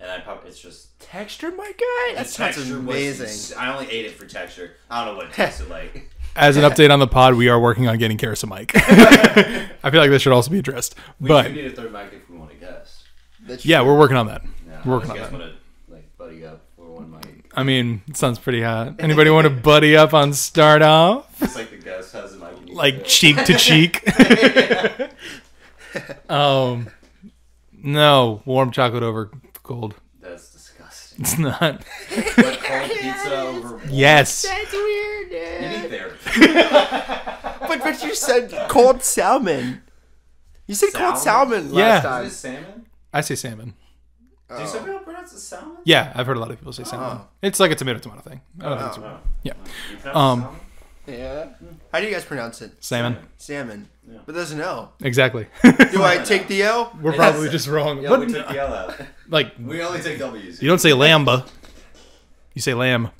B: and I popped. It's just
C: Texture, my guy. That
B: the
C: sounds
B: texture was ins-
C: amazing.
B: I only ate it for texture. I don't know what it tasted like.
A: As an update on the pod, we are working on getting Karis a mic. I feel like this should also be addressed. But
B: we need a third mic if we want to guess.
A: yeah, we're working on that.
B: Yeah,
A: We're working
B: I
A: on
B: guess
A: that.
B: want to like buddy up for one mic.
A: I mean, it sounds pretty hot. Anybody want to buddy up on start off?
B: It's like the guest has a mic. and you do
A: Like
B: it.
A: cheek to cheek. um no, warm chocolate over cold.
B: That's disgusting.
A: It's not.
B: But cold pizza over
A: Yes.
C: That's weird, dude.
B: any therapy.
C: But but you said cold salmon. You said cold
B: Salmon?
C: salmon
A: Yeah.
C: last
B: Is
C: time. Oh.
B: it salmon?
A: I say salmon.
B: Do some people pronounce it salmon? Oh.
A: Yeah, I've heard a lot of people say salmon. It's like a tomato tomato thing. I don't think it's-
B: No.
A: Yeah.
B: You pronounce it
A: Um,
B: salmon?
C: Yeah. How do you guys pronounce it?
A: Salmon.
C: Salmon.
B: Yeah.
C: But there's an O.
A: Exactly.
C: Do I take the L?
A: We're probably just wrong.
B: Yeah,
A: but
B: we took the L out.
A: like,
B: We only take W's.
A: you don't say lamba. You say lamb.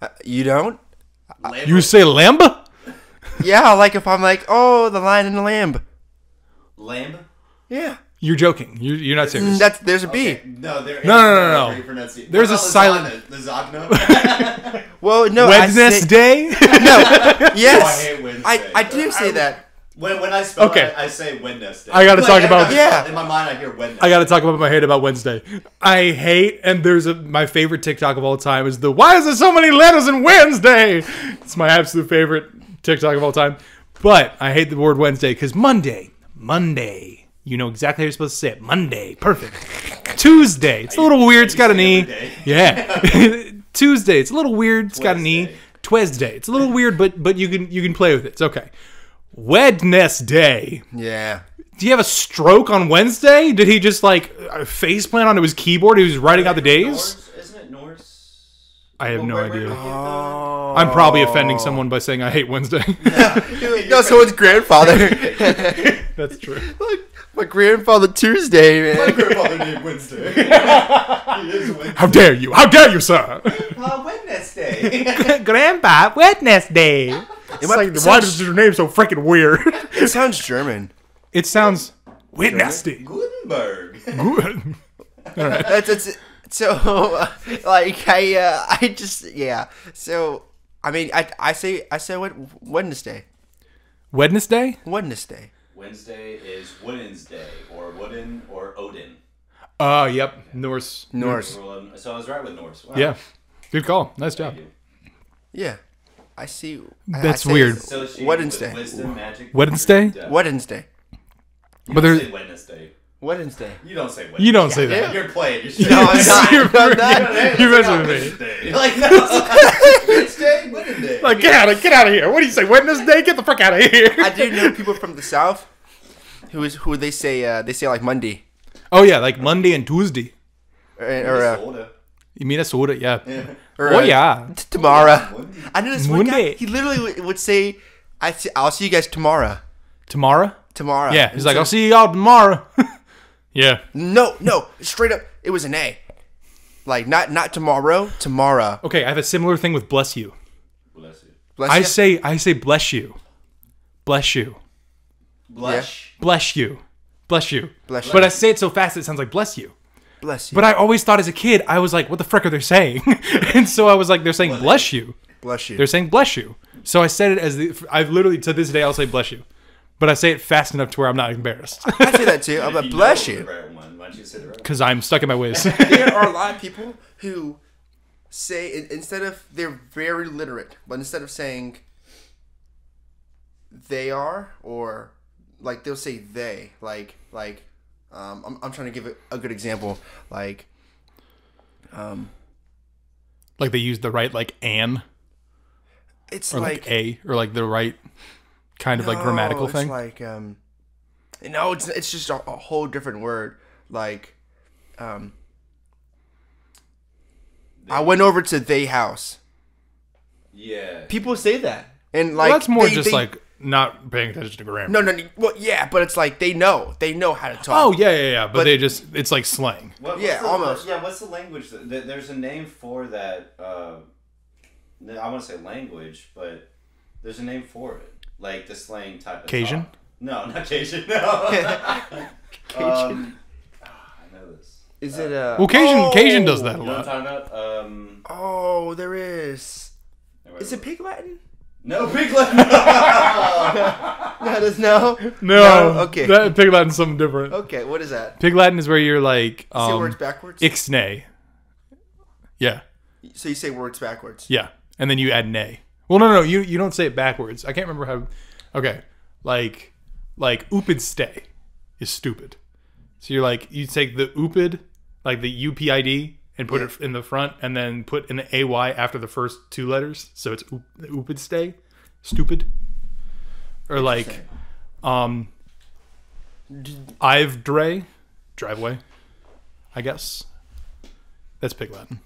C: Uh, You don't?
B: Lambo.
A: You say lamba?
C: Yeah, like if I'm like, oh, the lion and the lamb.
B: Lamb?
C: Yeah.
A: You're joking. You're, you're not
C: Mm,
A: serious.
C: That's there's a B.
B: Okay, No, there is
A: No, no, no, no.
B: great pronunciation.
A: There's
B: What
A: a
B: about lasagna? Lasagna?
C: Well, no, I say,
A: Wednesday.
C: No,
B: Oh, I
C: yes,
B: hate Wednesday.
C: I, I do say that.
B: When, when I spell
A: Okay.
B: it, I say Wednesday.
A: I gotta
B: Like,
A: talk
B: every
A: about-
B: time I
C: Yeah.
B: spell it, In my mind, I hear Wednesday.
A: I got to talk about my hate about Wednesday. I hate, and there's a my favorite TikTok of all time is the why is there so many letters in Wednesday? It's my absolute favorite TikTok of all time. But I hate the word Wednesday because Monday, Monday, you know exactly how you're supposed to say it. Monday, perfect. Tuesday, it's a little weird. It's got an
B: say
A: e.
B: it every
A: Yeah.
B: day.
A: Tuesday, it's a little weird. It's got an e.
B: Wednesday.
A: Tuesday, it's a little weird, but but you can you can play with it. It's okay. Wednesday.
C: Yeah.
A: Do you have a stroke on Wednesday? Did he just like uh, face plant onto his keyboard? He was writing out the days.
B: Norse? Isn't it Norse?
A: I have
B: Well,
A: no
B: where- where
A: idea.
B: do you get the-
A: I'm probably offending someone by saying I hate Wednesday.
C: No, someone's grandfather.
A: That's true.
C: Look, my grandfather Tuesday,
B: My
C: man.
B: grandfather named Wednesday. he is
A: How
B: Wednesday.
A: dare you? How dare you, sir?
B: Uh, Wednesday.
A: Grandpa, Wednesday. It's
C: might
A: like,
C: be
A: why
C: such-
A: does your name so freaking weird?
C: It sounds German.
A: it sounds Wednesday.
B: Gutenberg.
A: Good.
C: That's, that's so like I uh, I just yeah. So I mean I I say I say what Wednesday
A: Wednesday?
C: Wednesday.
B: Wednesday is Wooden's Day, or Wooden, or Odin.
A: Uh, yep. Norse.
C: Norse.
B: So I was right with Norse. Wow.
A: Yeah. Good call. Nice job.
C: Yeah. I see. I- I
A: That's
C: say
A: weird.
B: Associated
C: Wednesday.
B: With wisdom, magic,
A: Wednesday?
B: death.
C: Wednesday.
A: But
B: You don't
A: there's-
B: say Wednesday.
C: Wednesday.
B: You don't say Wednesday.
A: You don't say that.
B: You're playing. You're
C: No, I'm not.
A: You're,
C: I'm not.
A: you're, you're messing with me.
B: Wednesday. Like that. Wednesday. Wednesday.
A: Like, get out of get out of here. What do you say? Wednesday? Get the fuck out of here.
C: I do know people from the south who is who they say uh, they say like Monday
A: oh yeah, like Monday and Tuesday.
C: or, or, uh,
B: Minnesota.
A: You mean Minnesota, yeah.
C: or
A: Oh
C: uh,
A: yeah.
C: t- tomorrow.
B: Monday.
C: I know this one guy.
A: Monday.
C: He literally would- would say, "I see, I'll see you guys tomorrow."
A: Tomorrow?
C: Tomorrow.
A: Yeah. He's like, I'll see y'all tomorrow. yeah.
C: No, no, straight up, it was an A. Like not not tomorrow, tomorrow.
A: Okay, I have a similar thing with bless you.
B: Bless you.
C: Bless
A: I
C: ya.
A: say I say bless you. Bless you.
B: Blush.
A: Bless you. Bless you.
C: Bless
A: But
C: you.
A: I say it so fast it sounds like bless you.
C: bless you,
A: But I always thought as a kid, I was like, what the frick are they saying? and so I was like, they're saying bless you.
C: bless you.
A: They're saying bless you. So I said it as the I've literally to this day I'll say bless you. But I say it fast enough to where I'm not embarrassed.
C: I say that too. I'm like,
B: You
C: bless
B: know the
C: you.
B: right one. Why don't you say the right one?
A: Because I'm stuck in my ways.
C: There are a lot of people who say in- instead of they're very literate, but instead of saying they are or like they'll say they like like um, I'm I'm trying to give a, a good example like
A: like they use the right like an
C: it's
A: or like,
C: like
A: a or like the right kind of like grammatical
C: No, it's
A: thing.
C: Like, um, no, it's it's just a, a whole different word. Like, um, I went over to they house.
B: Yeah.
C: People say that, and like
A: Well, that's more
C: they-
A: just
C: they-
A: like not paying attention to grammar.
C: no, no, no, well, yeah, but it's like they know, they know how to
A: Oh
C: talk.
A: yeah, yeah, yeah. But,
C: But-
A: they just it's like slang.
B: What, what's
C: Yeah,
B: the-
C: almost.
B: Yeah, what's the language? that- there- There's a name for that. Uh, no, I want to say language, but there's a name for it, like the slang type of
A: Cajun?
B: talk. No, not Cajun. No. Um, ah, I know this.
C: Is it a?
A: Well, Cajun,
C: oh,
A: Cajun does that a
B: You know what
A: lot.
B: I'm talking about? Um,
C: Oh, there is.
B: wait,
C: Is it
B: wait.
C: pig Latin?
B: No, Big Latin.
C: No, there's no.
A: No,
C: okay.
A: That, pig Latin is something different.
C: Okay, what is that?
A: Pig Latin is where you're like
C: You say
A: um,
C: words backwards.
A: ixnay. Yeah,
C: so you say words backwards.
A: yeah, and then you add nay. Well, no, no, you you don't say it backwards. I can't remember how. Okay, like like oopid stay is stupid. So you're like you take the oopid like the upid and put it in the front, and then put an ay after the first two letters. So it's oop- oopid stay, stupid, or like um I've dre driveway, I guess. That's pig Latin.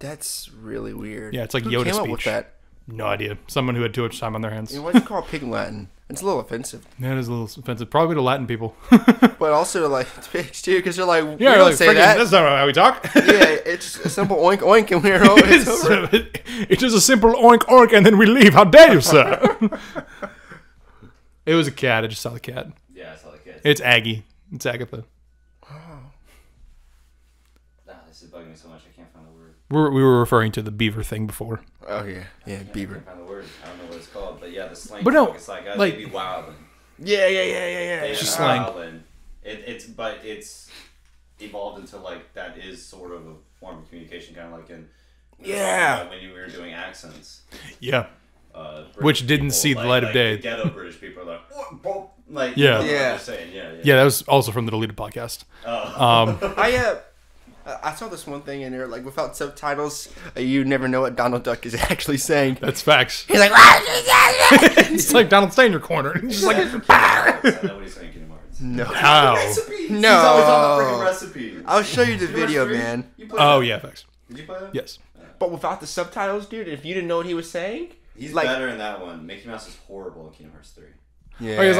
C: That's really weird.
A: Yeah, it's like
C: Who
A: Yoda
C: came up
A: speech.
C: with that?
A: No idea. Someone who had too much time on their hands.
C: You know, why do you call it pig Latin? It's a little offensive,
A: That is a little offensive. Probably to Latin people.
C: but also like it's pigs too, because you're like, yeah, we
A: Yeah,
C: don't
A: like,
C: say
A: "Friggin',
C: that.
A: That's not how we talk.
C: yeah, it's a simple oink oink, and we're always over.
A: So it- it's just a simple oink oink, and then we leave. How dare you, sir? it was a cat. It just saw the cat.
B: Yeah, I saw the kids.
A: It's Aggie. It's Agatha.
B: Ah, this is bugging me so much. I can't find the word.
A: We were, we were referring to the beaver thing before.
C: Oh yeah, yeah,
B: I
C: beaver.
B: can't find the word. I don't know what it's called. But yeah, the slang.
A: But no,
B: talk, it's like, guys,
A: like-
B: they be wilding.
C: Yeah, yeah, yeah, yeah,
B: They
C: yeah.
B: be
A: Just slang.
B: wildin'. It, it's but it's evolved into like that is sort of a form of communication, kind of like in
C: Yeah.
B: uh, when you were doing accents.
A: Yeah.
B: Uh, British
A: Which didn't
B: people,
A: see the
B: like-
A: light of
B: like
A: day.
B: The ghetto British people are like, "What, bro?" like
A: Yeah.
B: you know what
C: Yeah.
B: I'm saying, yeah, yeah.
A: Yeah, that was also from the deleted podcast.
C: I uh, I I saw this one thing in there, like without subtitles, uh, you never know what Donald Duck is actually saying.
A: That's facts.
C: He's like,
A: It's like Donald Stay in your corner. It's just like,
B: Martins. I know what he's saying, Kenny Martins.
A: Mm.
C: no,
A: ow.
B: Recipes. He's
C: No.
B: always on the freaking recipes.
C: I'll show you the
B: You remember
C: video,
B: Three?
C: man.
B: You played
A: Oh,
B: that?
A: yeah, facts.
B: Did you play that?
A: Yes.
C: But without the subtitles, dude, if you didn't know what he was saying,
B: He's
C: like,
B: better in that one. Mickey Mouse is horrible in Kingdom Hearts 3.
C: yeah,
A: Oh, he was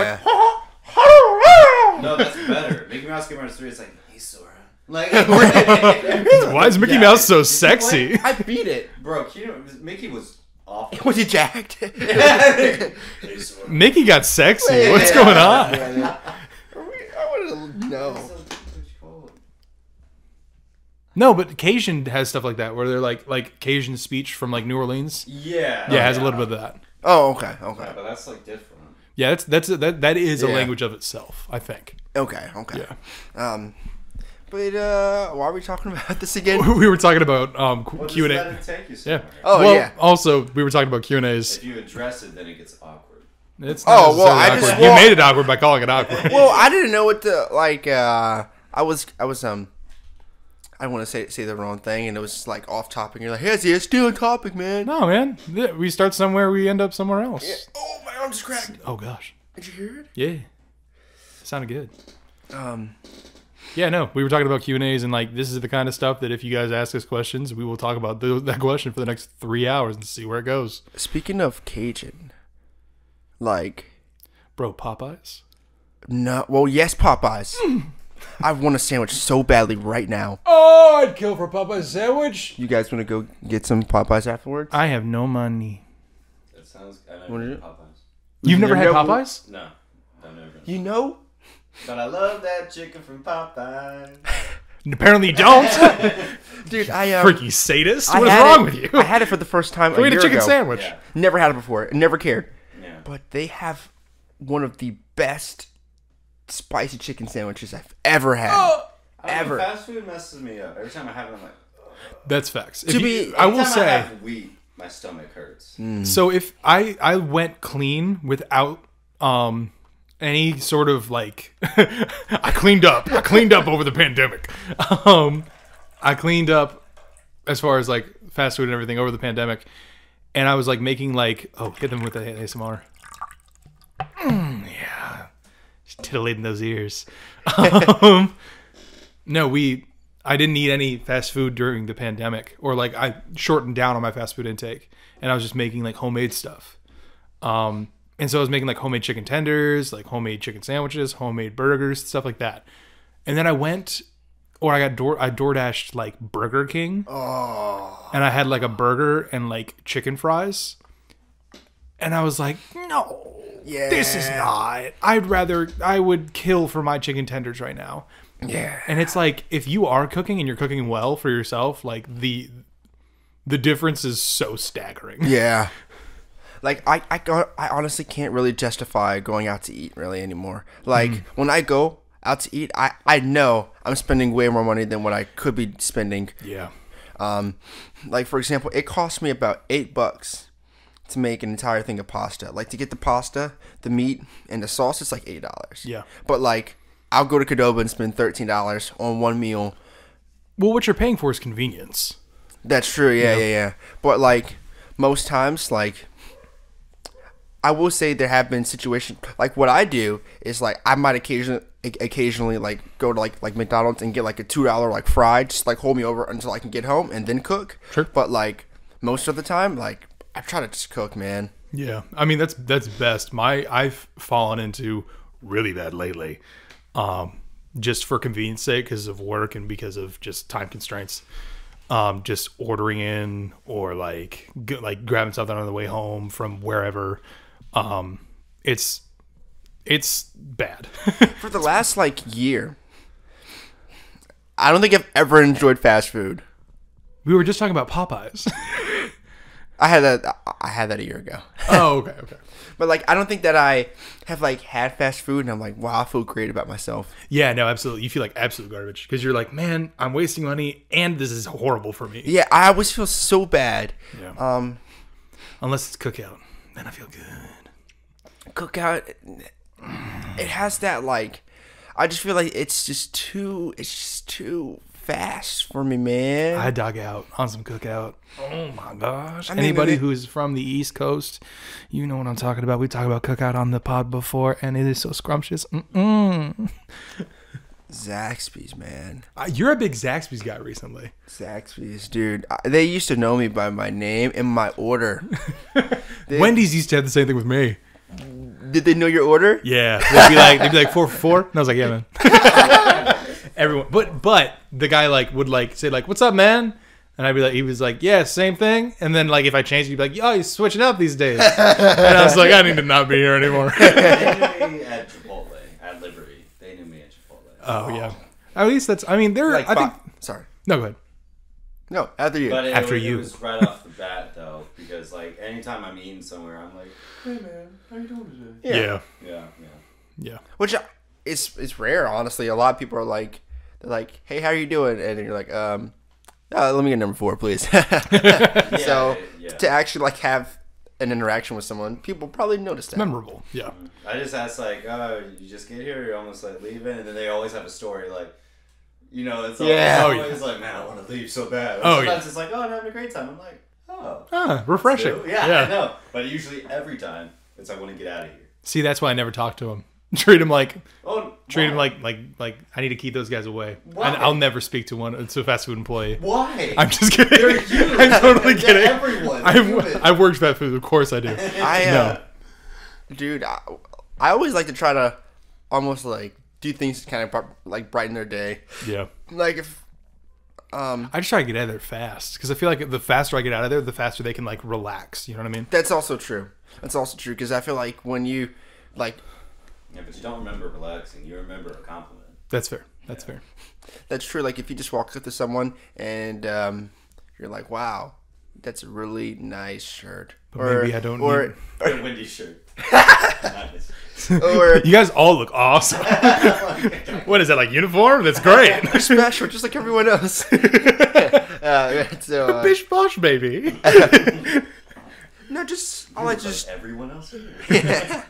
A: like,
B: No, that's better. Mickey Mouse Kingdom Hearts 3 is like, hey, Sora. Like,
A: why is Mickey
C: Yeah.
A: Mouse so sexy?
C: I beat it.
B: bro, Kingdom, Mickey was awful.
C: Was he jacked?
B: hey, Sora.
A: Mickey got sexy. What's going on?
C: I want to know.
A: No, but Cajun has stuff like that where they're like like Cajun speech from like New Orleans.
B: Yeah.
A: Yeah, it has a little bit of that.
C: Oh, okay, okay,
B: But that's like different.
A: Yeah, that's that's that that is a
C: Yeah.
A: language of itself. I think
C: okay, okay. Um, but uh, why are we talking about this again?
A: we were talking about um,
B: Well,
A: Q and
B: just
A: A.
B: let it take you
A: Yeah.
B: somewhere.
C: Oh,
A: well,
C: yeah.
A: Also, we were talking about Q and A's.
B: If you address it, then it gets awkward.
A: It's not
C: Oh,
A: necessarily
C: well, I
A: awkward.
C: just
A: you
C: wa-
A: made it awkward by calling it awkward.
C: well, I didn't know what the like. Uh, I was, I was, um, I want to say say the wrong thing, and it was just, like off topic. You're like, hey, it's still on topic, man.
A: no, man. Th- We start somewhere, we end up somewhere else.
C: Oh, my arm just cracked.
A: Oh gosh.
C: Did you hear
A: Yeah. Sounded good.
C: it? Um,
A: Yeah, no. We were talking about Q and A's, and like this is the kind of stuff that if you guys ask us questions, we will talk about th- that question for the next three hours and see where it goes.
C: speaking of Cajun, like,
A: Bro, Popeyes.
C: no, well, yes, Popeyes. I want a sandwich so badly right now.
A: Oh, I'd kill for Popeyes sandwich.
C: You guys want to go get some Popeyes afterwards?
A: I have no money.
B: That sounds. I
C: What
B: never
C: is
B: did
C: it?
B: Popeyes.
A: You've never had
C: never-
A: Popeyes?
B: No, I've never. Been.
C: You know,
B: But I love that chicken from Popeyes.
A: Apparently you don't.
C: dude, I um,
A: Freaky sadist.
C: I
A: What is
C: had
A: wrong
C: it-
A: with you?
C: I had it for the first time.
A: We
C: a
A: had a
C: year
A: chicken
C: ago.
A: sandwich.
B: Yeah,
C: Never had it before. Never cared.
B: yeah.
C: But they have one of the best spicy chicken sandwiches I've ever had.
A: Oh,
B: I don't know,
C: Ever.
B: fast food messes me up every time I have it. I'm like,
A: That's facts. If
C: To
A: you-
C: be-
A: I will
B: every time I
A: say. Mm.
B: have wheat, my stomach hurts.
A: So if I I went clean without um any sort of like I cleaned up. I cleaned up over the pandemic. Um I cleaned up as far as like fast food and everything over the pandemic. And I was like making like oh hit them with the ASMR. Mm, yeah. Just titillating those ears. Um, no, we I didn't eat any fast food during the pandemic, or like I shortened down on my fast food intake, and I was just making like homemade stuff. Um, and so I was making like homemade chicken tenders, like homemade chicken sandwiches, homemade burgers, stuff like that. And then I went, or I got door, I door dashed like Burger King, and I had like a burger and like chicken fries, and I was like, no,
C: Yeah.
A: this is not. I'd rather I would kill for my chicken tenders right now.
C: Yeah.
A: And it's like if you are cooking and you're cooking well for yourself, like the the difference is so staggering.
C: Yeah. Like I, I, go- I honestly can't really justify going out to eat really anymore. Like
A: Hmm.
C: when I go out to eat, I, I know I'm spending way more money than what I could be spending.
A: Yeah.
C: Um, like for example, it cost me about eight bucks to make an entire thing of pasta. Like to get the pasta, the meat, and the sauce, it's like eight dollars.
A: Yeah.
C: But like, I'll go to Cadoba and spend thirteen dollars on one meal.
A: Well, what you're paying for is convenience.
C: That's true. Yeah, yeah, yeah. But like most times, like I will say there have been situations like what I do is like I might occasionally occasionally like go to like like McDonald's and get like a two dollar like fry just like hold me over until I can get home and then cook.
A: Sure.
C: But like most of the time, like I I try to just cook, man.
A: Yeah, I mean that's that's best. My I've fallen into really bad lately, um, just for convenience sake because of work and because of just time constraints. Um, just ordering in or like g- like grabbing something on the way home from wherever. Um, it's it's bad.
C: For the last like year, I don't think I've ever enjoyed fast food.
A: we were just talking about Popeyes.
C: I had that. I had that a year ago.
A: oh, okay, okay.
C: But like, I don't think that I have like had fast food, and I'm like, wow, I feel great about myself.
A: Yeah, no, absolutely. You feel like absolute garbage because you're like, man, I'm wasting money and this is horrible for me.
C: Yeah, I always feel so bad.
A: Yeah.
C: Um,
A: Unless it's cookout, then I feel good.
C: cookout, it has that like, I just feel like it's just too, it's just too fast for me, man.
A: I dug out on some cookout. Oh my gosh!
C: mean,
A: Anybody
C: it-
A: who is from the East Coast, you know what I'm talking about. We talked about cookout on the pod before, and it is so scrumptious. Mm-mm.
C: Zaxby's, man.
A: Uh, You're a big Zaxby's guy recently.
C: Zaxby's, dude. I, they used to know me by my name and my order.
A: Wendy's used to have the same thing with me.
C: Did they know your order?
A: Yeah, they'd be like, they'd be like four for four, and I was like, yeah, man. Everyone, but but the guy like would like say like, "What's up, man?" And I'd be like, he was like, "Yeah, same thing." And then like if I changed, he'd be like, "Oh, he's switching up these days." and I was like, I need to not be here anymore.
B: They knew me at Chipotle, at Liberty. They knew me at Chipotle.
A: Oh yeah. At least that's. I mean, there.
C: Like,
A: I think.
C: fi- sorry.
A: No, go ahead.
C: No, after you.
B: But it,
A: After
B: was,
A: you.
B: it was right off the bat though, because like anytime I'm eating somewhere, I'm like, hey man, how you doing today?
C: Yeah.
B: Yeah, yeah.
A: Yeah.
C: Which uh, it's it's rare, honestly. A lot of people are like, they're like, "Hey, how are you doing?" And you're like, "Um, uh, let me get number four, please." so
B: yeah.
C: to actually like have an interaction with someone, people probably notice that.
A: Memorable. Yeah.
B: I just ask like, oh, you just get here, you're almost like leaving, and then they always have a story like, you know, it's always,
C: Yeah.
A: Oh,
B: always like, man, I want to leave so bad.
A: Oh,
B: Sometimes
A: yeah.
B: it's like, oh, I'm having a great time. I'm like, oh,
A: Ah, refreshing.
B: cool. yeah, I know. But usually every time it's like, I want to get out of here.
A: See, that's why I never talk to him. Treat him like
B: Oh,
A: treat him
B: why?
A: like like like I need to keep those guys away.
B: Why?
A: And I'll never speak to one to a fast food employee.
B: why?
A: I'm just kidding.
B: They're you.
A: I'm totally
B: They're
A: kidding.
B: everyone.
A: I've,
B: Humans.
A: I've worked fast food, of course I do.
C: I uh,
A: No.
C: dude, I, I always like to try to almost like do things to kind of like brighten their day.
A: Yeah.
C: Like if um,
A: I just try to get out of there fast because I feel like the faster I get out of there, the faster they can like relax. You know what I mean?
C: that's also true. That's also true because I feel like when you like
B: Yeah, but you don't remember relaxing. You remember a compliment.
A: That's fair. That's fair.
C: that's true. Like if you just walk up to someone and um, you're like, "Wow, that's a really nice shirt,"
A: But maybe I don't
C: or
A: need-
B: Good windy shirt. nice.
C: or
A: You guys all look awesome. what is that like uniform? That's great.
C: special, just like everyone else. uh, so uh,
A: Bish bosh, baby.
C: no, just I like just
B: Just like everyone else. here.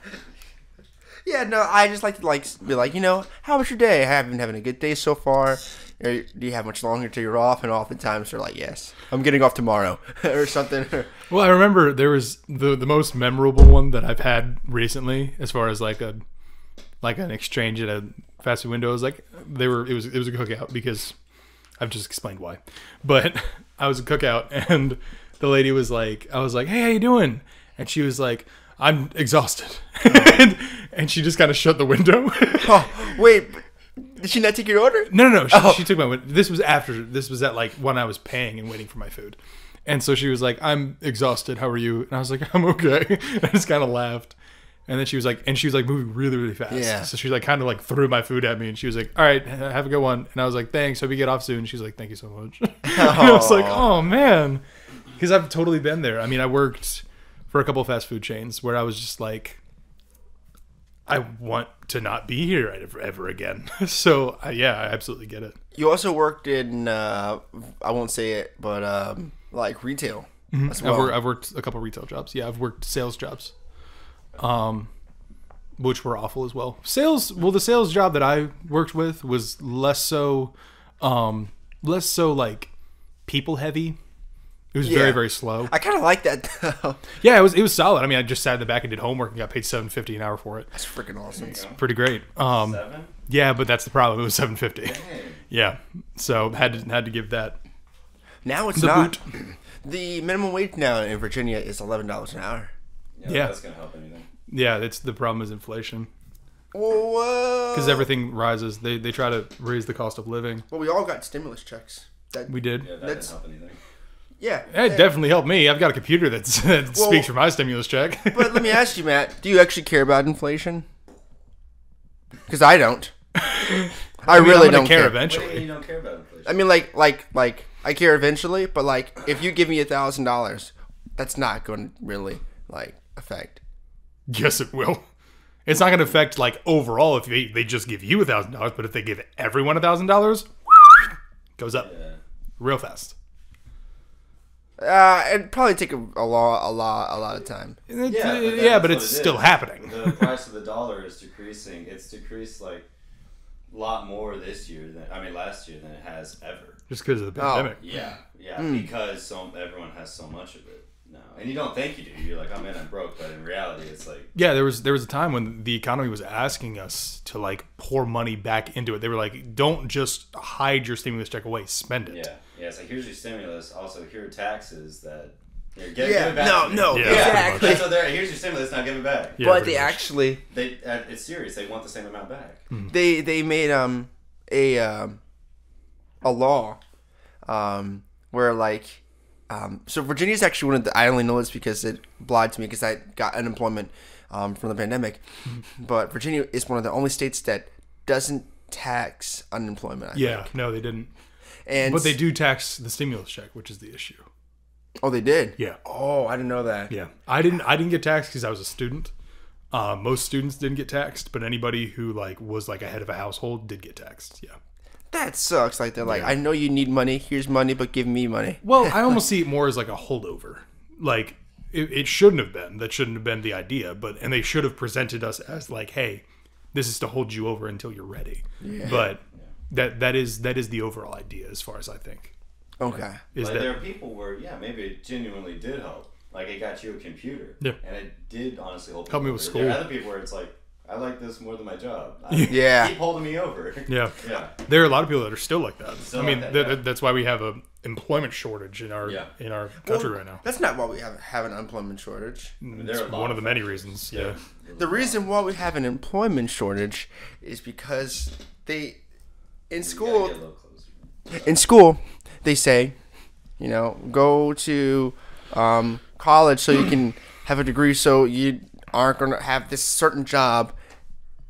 C: yeah, no, I just like to like be like, you know, how was your day? Have you been having a good day so far? Or, do you have much longer till you're off? And oftentimes they're like, yes, I'm getting off tomorrow or something.
A: Well, I remember there was the the most memorable one that I've had recently, as far as like a like an exchange at a fast food window. It was like they were it was it was a cookout because I've just explained why, but I was a cookout and the lady was like, I was like, hey, how you doing? And she was like, I'm exhausted, and, and she just kind of shut the window.
C: oh, wait, did she not take your order?
A: No, no, no. She, she took my win. This was after. This was at like when I was paying and waiting for my food, and so she was like, "I'm exhausted. How are you?" And I was like, "I'm okay." I just kind of laughed, and then she was like, and she was like moving really, really fast.
C: Yeah.
A: So she like kind of like threw my food at me, and she was like, "All right, ha- have a good one." And I was like, "Thanks. Hope you get off soon." She's like, "Thank you so much." and I was like, "Oh man," because I've totally been there. I mean, I worked for a couple fast food chains where I was just like. I want to not be here ever, ever again. So I yeah, I absolutely get it.
C: You also worked in uh, I won't say it, but um, like retail as well.
A: I've, worked, I've worked a couple retail jobs. Yeah, I've worked sales jobs, um, which were awful as well. Sales. Well, the sales job that I worked with was less so, um, less so like people heavy. It was very
C: Yeah.
A: very slow.
C: I kind of like that. though.
A: yeah, it was it was solid. I mean, I just sat in the back and did homework and got paid seven fifty an hour for it.
C: That's freaking awesome.
A: Pretty great. Um,
B: Seven.
A: yeah, but that's the problem. It was seven fifty.
B: Hey.
A: Yeah, so had to had to give that
C: Now it's
A: The
C: not. The minimum wage now in Virginia is eleven dollars an hour.
B: Yeah,
A: Yeah.
B: that's gonna help anything.
A: Yeah, that's the problem is inflation
C: Whoa!
A: because everything rises. They they try to raise the cost of living.
C: Well, we all got stimulus checks. That
A: We did.
B: Yeah, that
C: That's-
B: didn't help anything.
C: yeah.
A: It definitely helped me. I've got a computer that's, that speaks for my stimulus check.
C: But let me ask you, Matt. Do you actually care about inflation? Because I don't. I,
A: I mean, I'm
C: really
A: gonna
C: don't
A: care,
C: care.
B: What do you mean
A: eventually.
B: you don't care about inflation?
C: I mean, like, like, like, I care eventually, but like, if you give me a thousand dollars, that's not going to really like affect.
A: Yes, it will. It's not going to affect like overall if they, they just give you a thousand dollars, but if they give everyone a thousand dollars, goes up
B: yeah.
A: real fast.
C: Uh, it'd probably take a, a lot, a lot, a lot of time.
A: Yeah,
B: Yeah, but
A: yeah, but
B: that's
A: it's
B: what it
A: still
B: is.
A: happening.
B: the price of the dollar is decreasing. It's decreased like a lot more this year than I mean last year than it has ever.
A: Just because of the
C: Oh.
A: pandemic.
B: Yeah, yeah,
C: Mm.
B: because so everyone has so much of it now, and you don't think you do. You're like, oh man, I'm broke, but in reality, it's like
A: Yeah, there was there was a time when the economy was asking us to like pour money back into it. They were like, "Don't just hide your stimulus check away, spend it."
B: Yeah, yeah. It's like here's your stimulus. Also, here are taxes that. Yeah, get, give
C: Yeah,
B: it back
C: no,
B: to me.
C: no,
A: Yeah,
C: exactly.
B: That's what they're- here's your stimulus. Now give it back.
A: Yeah,
C: but
A: pretty
C: they
A: much. Mm-hmm.
C: actually,
B: They, uh, it's serious. They want the same amount back.
C: they they made um a um a law um where like um so Virginia's actually one of the I only know this because it lied to me because I got unemployment um from the pandemic, but Virginia is one of the only states that doesn't tax unemployment. I
A: yeah. No, they didn't.
C: think. and
A: But they do tax the stimulus check, which is the issue.
C: Oh, they did.
A: Yeah.
C: Oh, I didn't know that.
A: Yeah, I didn't. I didn't get taxed because I was a student. Uh, most students didn't get taxed, but anybody who like was like a head of a household did get taxed. Yeah.
C: That sucks. Like they're like, I know you need money. Here's money, but give me money.
A: Well, I almost see it more as like a holdover. Like it, it shouldn't have been. That shouldn't have been the idea. But and they should have presented us as like, hey, this is to hold you over until you're ready. But that that is that is the overall idea, as far as I think.
C: Okay.
A: Is
B: Like
A: that
B: there are people where yeah, maybe it genuinely did help. Like it got you a computer.
A: Yeah.
B: And it did honestly help.
A: Help me
B: people.
A: with
B: There are
A: school.
B: other people where it's like, I like this more than my job. I-
C: Yeah.
B: Keep holding me over.
A: yeah.
B: Yeah.
A: There are a lot of people that are still like that.
B: Still
A: I mean,
B: like that,
A: th-
B: yeah.
A: th- that's why we have a employment shortage in our
B: Yeah.
A: in our country
C: Well,
A: right now.
C: That's not why we have, have an unemployment shortage.
B: I mean, there
A: It's
B: are a lot
A: one of the many reasons. Yeah.
C: The reason why we have an employment shortage is because they in
B: You gotta
C: school
B: get a little closer.
C: in school they say, you know, go to um, college so you can have a degree so you aren't going to have this certain job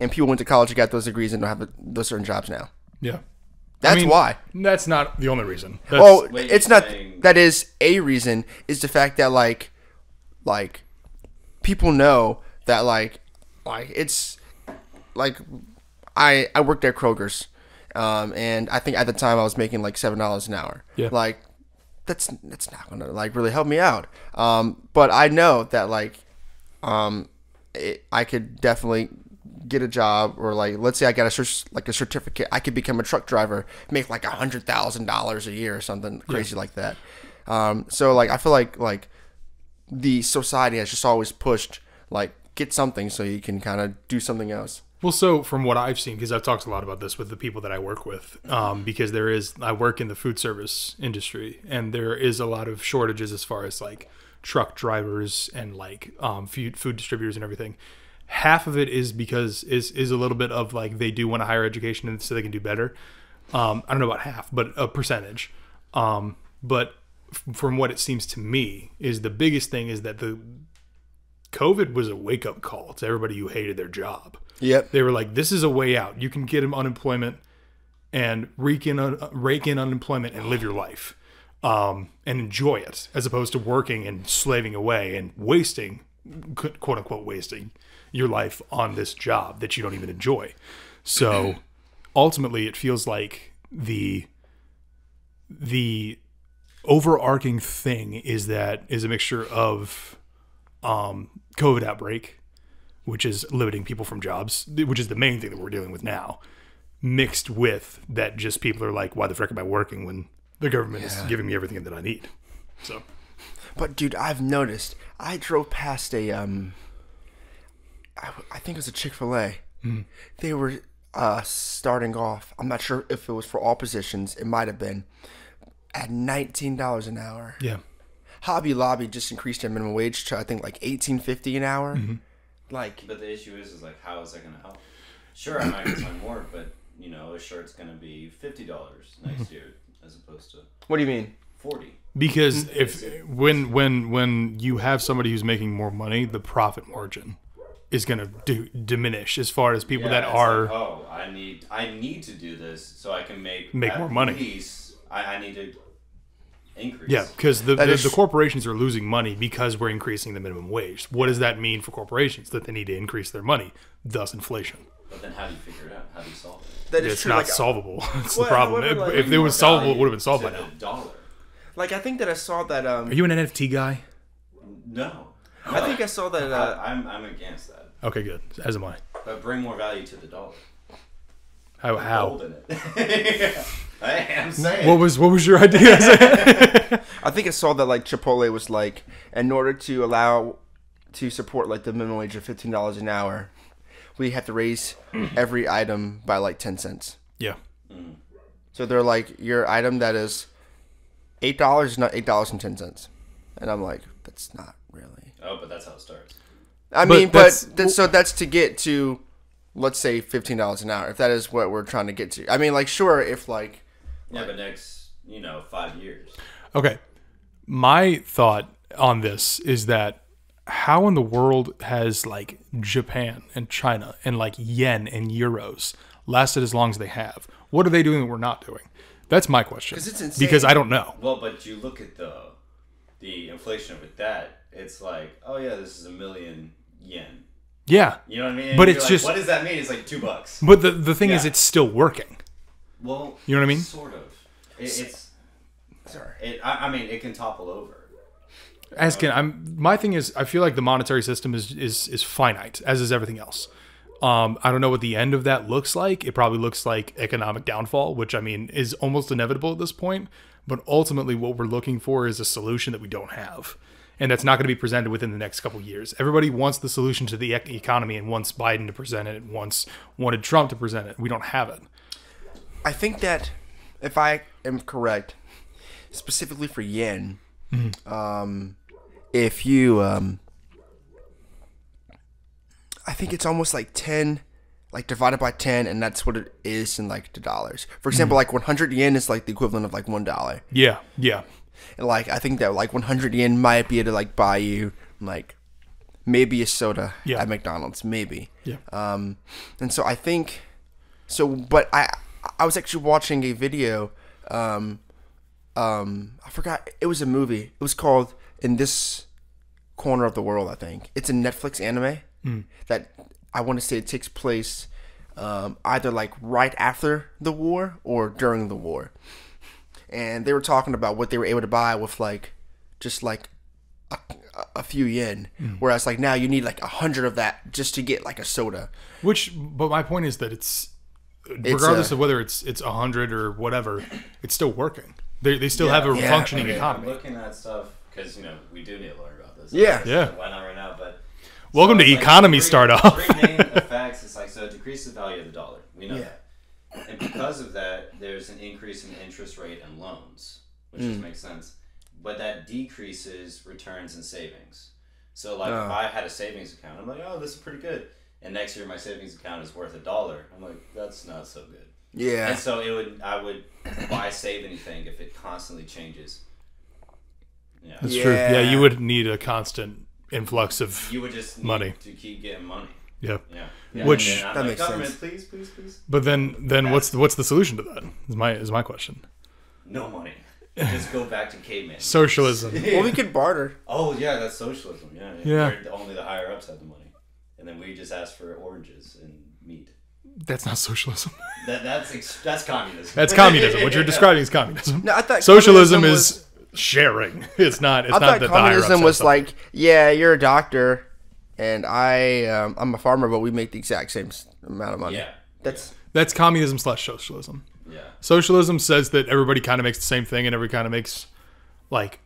C: and people went to college and got those degrees and don't have those certain jobs now.
A: Yeah.
C: That's
A: mean,
C: why.
A: That's not the only reason. That's,
C: Oh,
B: Wait,
C: it's not
B: saying-
C: that is a reason is the fact that like like people know that like like it's like I I worked at Kroger's um and I think at the time I was making like seven dollars an hour
A: Yeah.
C: like that's that's not gonna like really help me out um but I know that like um it, I could definitely get a job or like let's say I got a cer- like a certificate I could become a truck driver make like a hundred thousand dollars a year or something crazy like that um so like I feel like like the society has just always pushed like get something so you can kind of do something else
A: well, so from what I've seen, because I've talked a lot about this with the people that I work with, um, because there is, I work in the food service industry, and there is a lot of shortages as far as like truck drivers and like um, food food distributors and everything. Half of it is because is is a little bit of like they do want a higher education and so they can do better. Um, I don't know about half, but a percentage. Um, but f- from what it seems to me, is the biggest thing is that the COVID was a wake up call to everybody who hated their job.
C: Yep.
A: They were like, this is a way out. You can get him unemployment and rake in, uh, rake in unemployment and live your life um, and enjoy it as opposed to working and slaving away and wasting, quote quote unquote, wasting your life on this job that you don't even enjoy. So ultimately, it feels like the the overarching thing is that is a mixture of um, COVID outbreak, which is limiting people from jobs, th- which is the main thing that we're dealing with now, mixed with that just people are like, why the frick am I working when the government is giving me everything that I need? So
C: But dude, I've noticed. I drove past a um, I, w- I think it was a Chick Fil A.
A: Mm-hmm.
C: They were uh starting off. I'm not sure if it was for all positions. It might have been, at nineteen dollars an hour.
A: Yeah.
C: Hobby Lobby just increased their minimum wage to I think like eighteen fifty an hour.
A: Mm-hmm.
C: Like
B: But the issue is, is like, how is that going to help? Sure, I might get some more, but you know, a shirt's going to be fifty dollars
A: Mm-hmm.
B: next year as opposed to
C: what do you mean?
B: forty.
A: Because if when when when you have somebody who's making more money, the profit margin is going to do, diminish as far as people that
B: it's
A: are
B: like, oh, I need, I need to do this so I can make
A: Make
B: at
A: more money.
B: least- I, I need to increase.
A: Yeah, because the, the,
C: is-
A: the corporations are losing money because we're increasing the minimum wage. What does that mean for corporations? That they need to increase their money, thus inflation.
B: But then, how do you figure it out? How do you solve it?
C: That is
A: It's
C: true.
A: not
C: like, uh,
A: solvable. It's
C: Well,
A: the problem.
C: however,
A: If-
C: like-
A: if it was solvable, it would have been solved
B: To
A: by now.
B: the dollar.
C: like I think that I saw that. Um,
A: Are you an NFT guy?
B: No,
C: I think I saw that.
B: I,
C: Uh,
B: I'm, I'm against that.
A: Okay, good. As am I.
B: But bring more value to the dollar.
A: How? how?
B: Holding it. yeah. I am saying.
A: What was what was your idea?
C: I think I saw that like Chipotle was like, in order to allow to support like the minimum wage of fifteen dollars an hour, we have to raise every item by like ten cents.
A: yeah,
C: So they're like, your item that is eight dollars is not eight dollars and ten cents, and I'm like, that's not really.
B: oh, but that's how it starts.
C: I
A: But
C: mean,
A: that's-
C: but that's, so that's to get to, let's say fifteen dollars an hour. If that is what we're trying to get to, I mean, like, sure, if like,
B: Yeah, but next, you know, five years.
A: Okay. My thought on this is that how in the world has like Japan and China and like yen and euros lasted as long as they have? What are they doing that we're not doing? That's my question.
C: 'Cause it's insane.
A: Because I don't know.
B: Well, but you look at the the inflation with that. It's like, oh yeah, this is a million yen.
A: Yeah.
B: You know what I mean?
A: But
B: You're
A: it's
B: like,
A: just-
B: what does that mean? It's like two bucks.
A: But the, the thing is,
B: Yeah.
A: it's still working.
B: Well,
A: You know what I mean?
B: Sort of. It, it's.
C: Sorry.
B: It, I, I mean, it can topple over.
A: As can I'm. My thing is, I feel like the monetary system is is is finite, as is everything else. Um, I don't know what the end of that looks like. It probably looks like economic downfall, which I mean is almost inevitable at this point. But ultimately, what we're looking for is a solution that we don't have, and that's not going to be presented within the next couple years. Everybody wants the solution to the ec- economy and wants Biden to present it, and wants wanted Trump to present it. We don't have it.
C: I think that if I am correct, specifically for yen, um, if you, um, I think it's almost like ten, like divided by ten, and that's what it is in like the dollars. For example, like one hundred yen is like the equivalent of like one dollar.
A: Yeah, yeah,
C: And like I think that like 100 yen might be able to like buy you like maybe a soda
A: Yeah.
C: at McDonald's, maybe.
A: yeah.
C: Um, and so I think so, but I I was actually watching a video. Um, um, I forgot it was a movie. It was called In This Corner of the World. I think it's a Netflix anime that I want to say it takes place um, either like right after the war or during the war. And they were talking about what they were able to buy with like just like a, a few yen, whereas like now you need like a hundred of that just to get like a soda.
A: Which, but my point is that it's, regardless
C: a-
A: of whether it's it's a hundred or whatever, it's still working. They, they still have a
C: Yeah.
A: functioning
B: Okay, I'm
A: economy.
B: looking at stuff because you know we do need to learn about this.
C: Yeah.
A: Yeah.
B: Why not right now? But
A: Welcome
B: So
A: to
B: it's like
A: economy
B: three-
A: startup.
B: three main effects. It's like so it decreases the value of the dollar. We know that, and because of that, there's an increase in interest rate and loans, which
A: Hmm.
B: just makes sense. But that decreases returns and savings. So like
A: Oh.
B: if I had a savings account, I'm like, oh, this is pretty good. And next year my savings account is worth a dollar. I'm like, that's not so good.
C: Yeah.
B: And so it would, I would, why save anything if it constantly changes? Yeah.
A: That's true. Yeah,
C: Yeah.
A: you would need a constant influx of
B: You would just need
A: Money.
B: to keep getting money.
A: yeah.
B: Yeah.
A: Which-
B: and then I'm
C: That
B: like,
C: makes
B: government,
C: sense.
B: Please, please, please.
A: But then then what's the, what's the solution to that? Is my is my question.
B: No money. Just go back to caveman.
A: Socialism.
C: Well, we could barter.
B: oh yeah, that's socialism. Yeah.
A: Yeah.
B: Where the- Only the higher ups have the money, and then we just ask for oranges and meat.
A: That's not socialism.
B: That that's ex- that's communism.
A: That's communism. What you're describing is communism.
C: No, I thought
A: socialism
C: communism
A: is sharing. It's not. It's
C: I
A: not
C: thought
A: that the
C: communism
A: higher
C: was like, yeah, you're a doctor, and I um, I'm a farmer, but we make the exact same s- amount of money.
B: Yeah.
C: That's
A: that's communism slash socialism.
B: Yeah.
A: socialism says that everybody kind of makes the same thing and everybody kind of makes like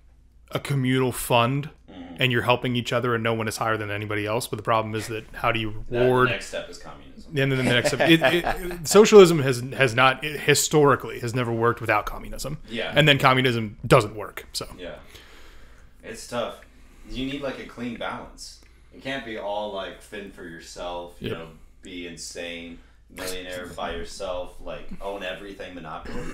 A: a communal fund and you're helping each other and no one is higher than anybody else. But the problem is that how do you
B: That, the
A: reward
B: next step is communism.
A: and then the next it, it, socialism has has not it historically has never worked without communism.
B: Yeah.
A: And then communism doesn't work. So
B: Yeah. It's tough. You need like a clean balance. It can't be all like fend for yourself, you
A: Yep.
B: know, be insane, millionaire by yourself, like own everything monopoly.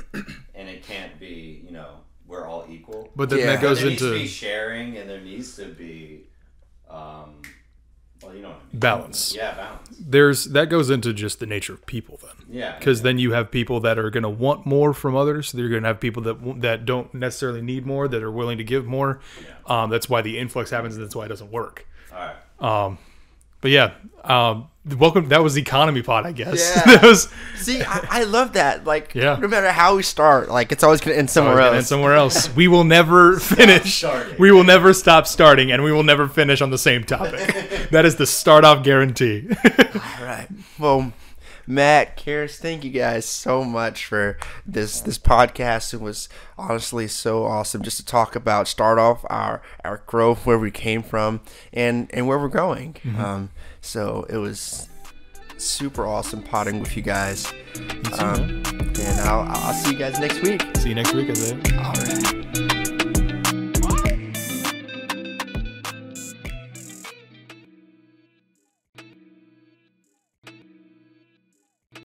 B: and it can't be, you know, we're all equal.
A: but then
C: Yeah.
A: that goes
B: there needs to be
A: into
B: sharing and there needs to be um well you know what I mean.
A: balance.
B: Yeah, balance.
A: There's that goes into just the nature of people then.
B: Yeah.
A: because then you have people that are going to want more from others. You're going to have people that w- that don't necessarily need more, that are willing to give more. Um, that's why the influx happens, and that's why it doesn't work.
B: Alright.
A: But yeah, um, welcome. That was the economy pod, I guess.
C: Yeah.
A: that was
C: See, I, I love that. Like,
A: Yeah.
C: no matter how we start, like it's always gonna end
A: I was
C: somewhere
A: gonna end
C: else.
A: somewhere else. We will never finish.
B: starting.
A: We will never stop starting, and we will never finish on the same topic. that is the start off guarantee.
C: All right. Well, Matt, Karis, thank you guys so much for this this podcast. It was honestly so awesome just to talk about start off our our growth, where we came from, and and where we're going. Um, so it was super awesome potting with you guys. Um, and I'll, I'll see you guys next week.
A: See you next week, Isaiah.
C: All right.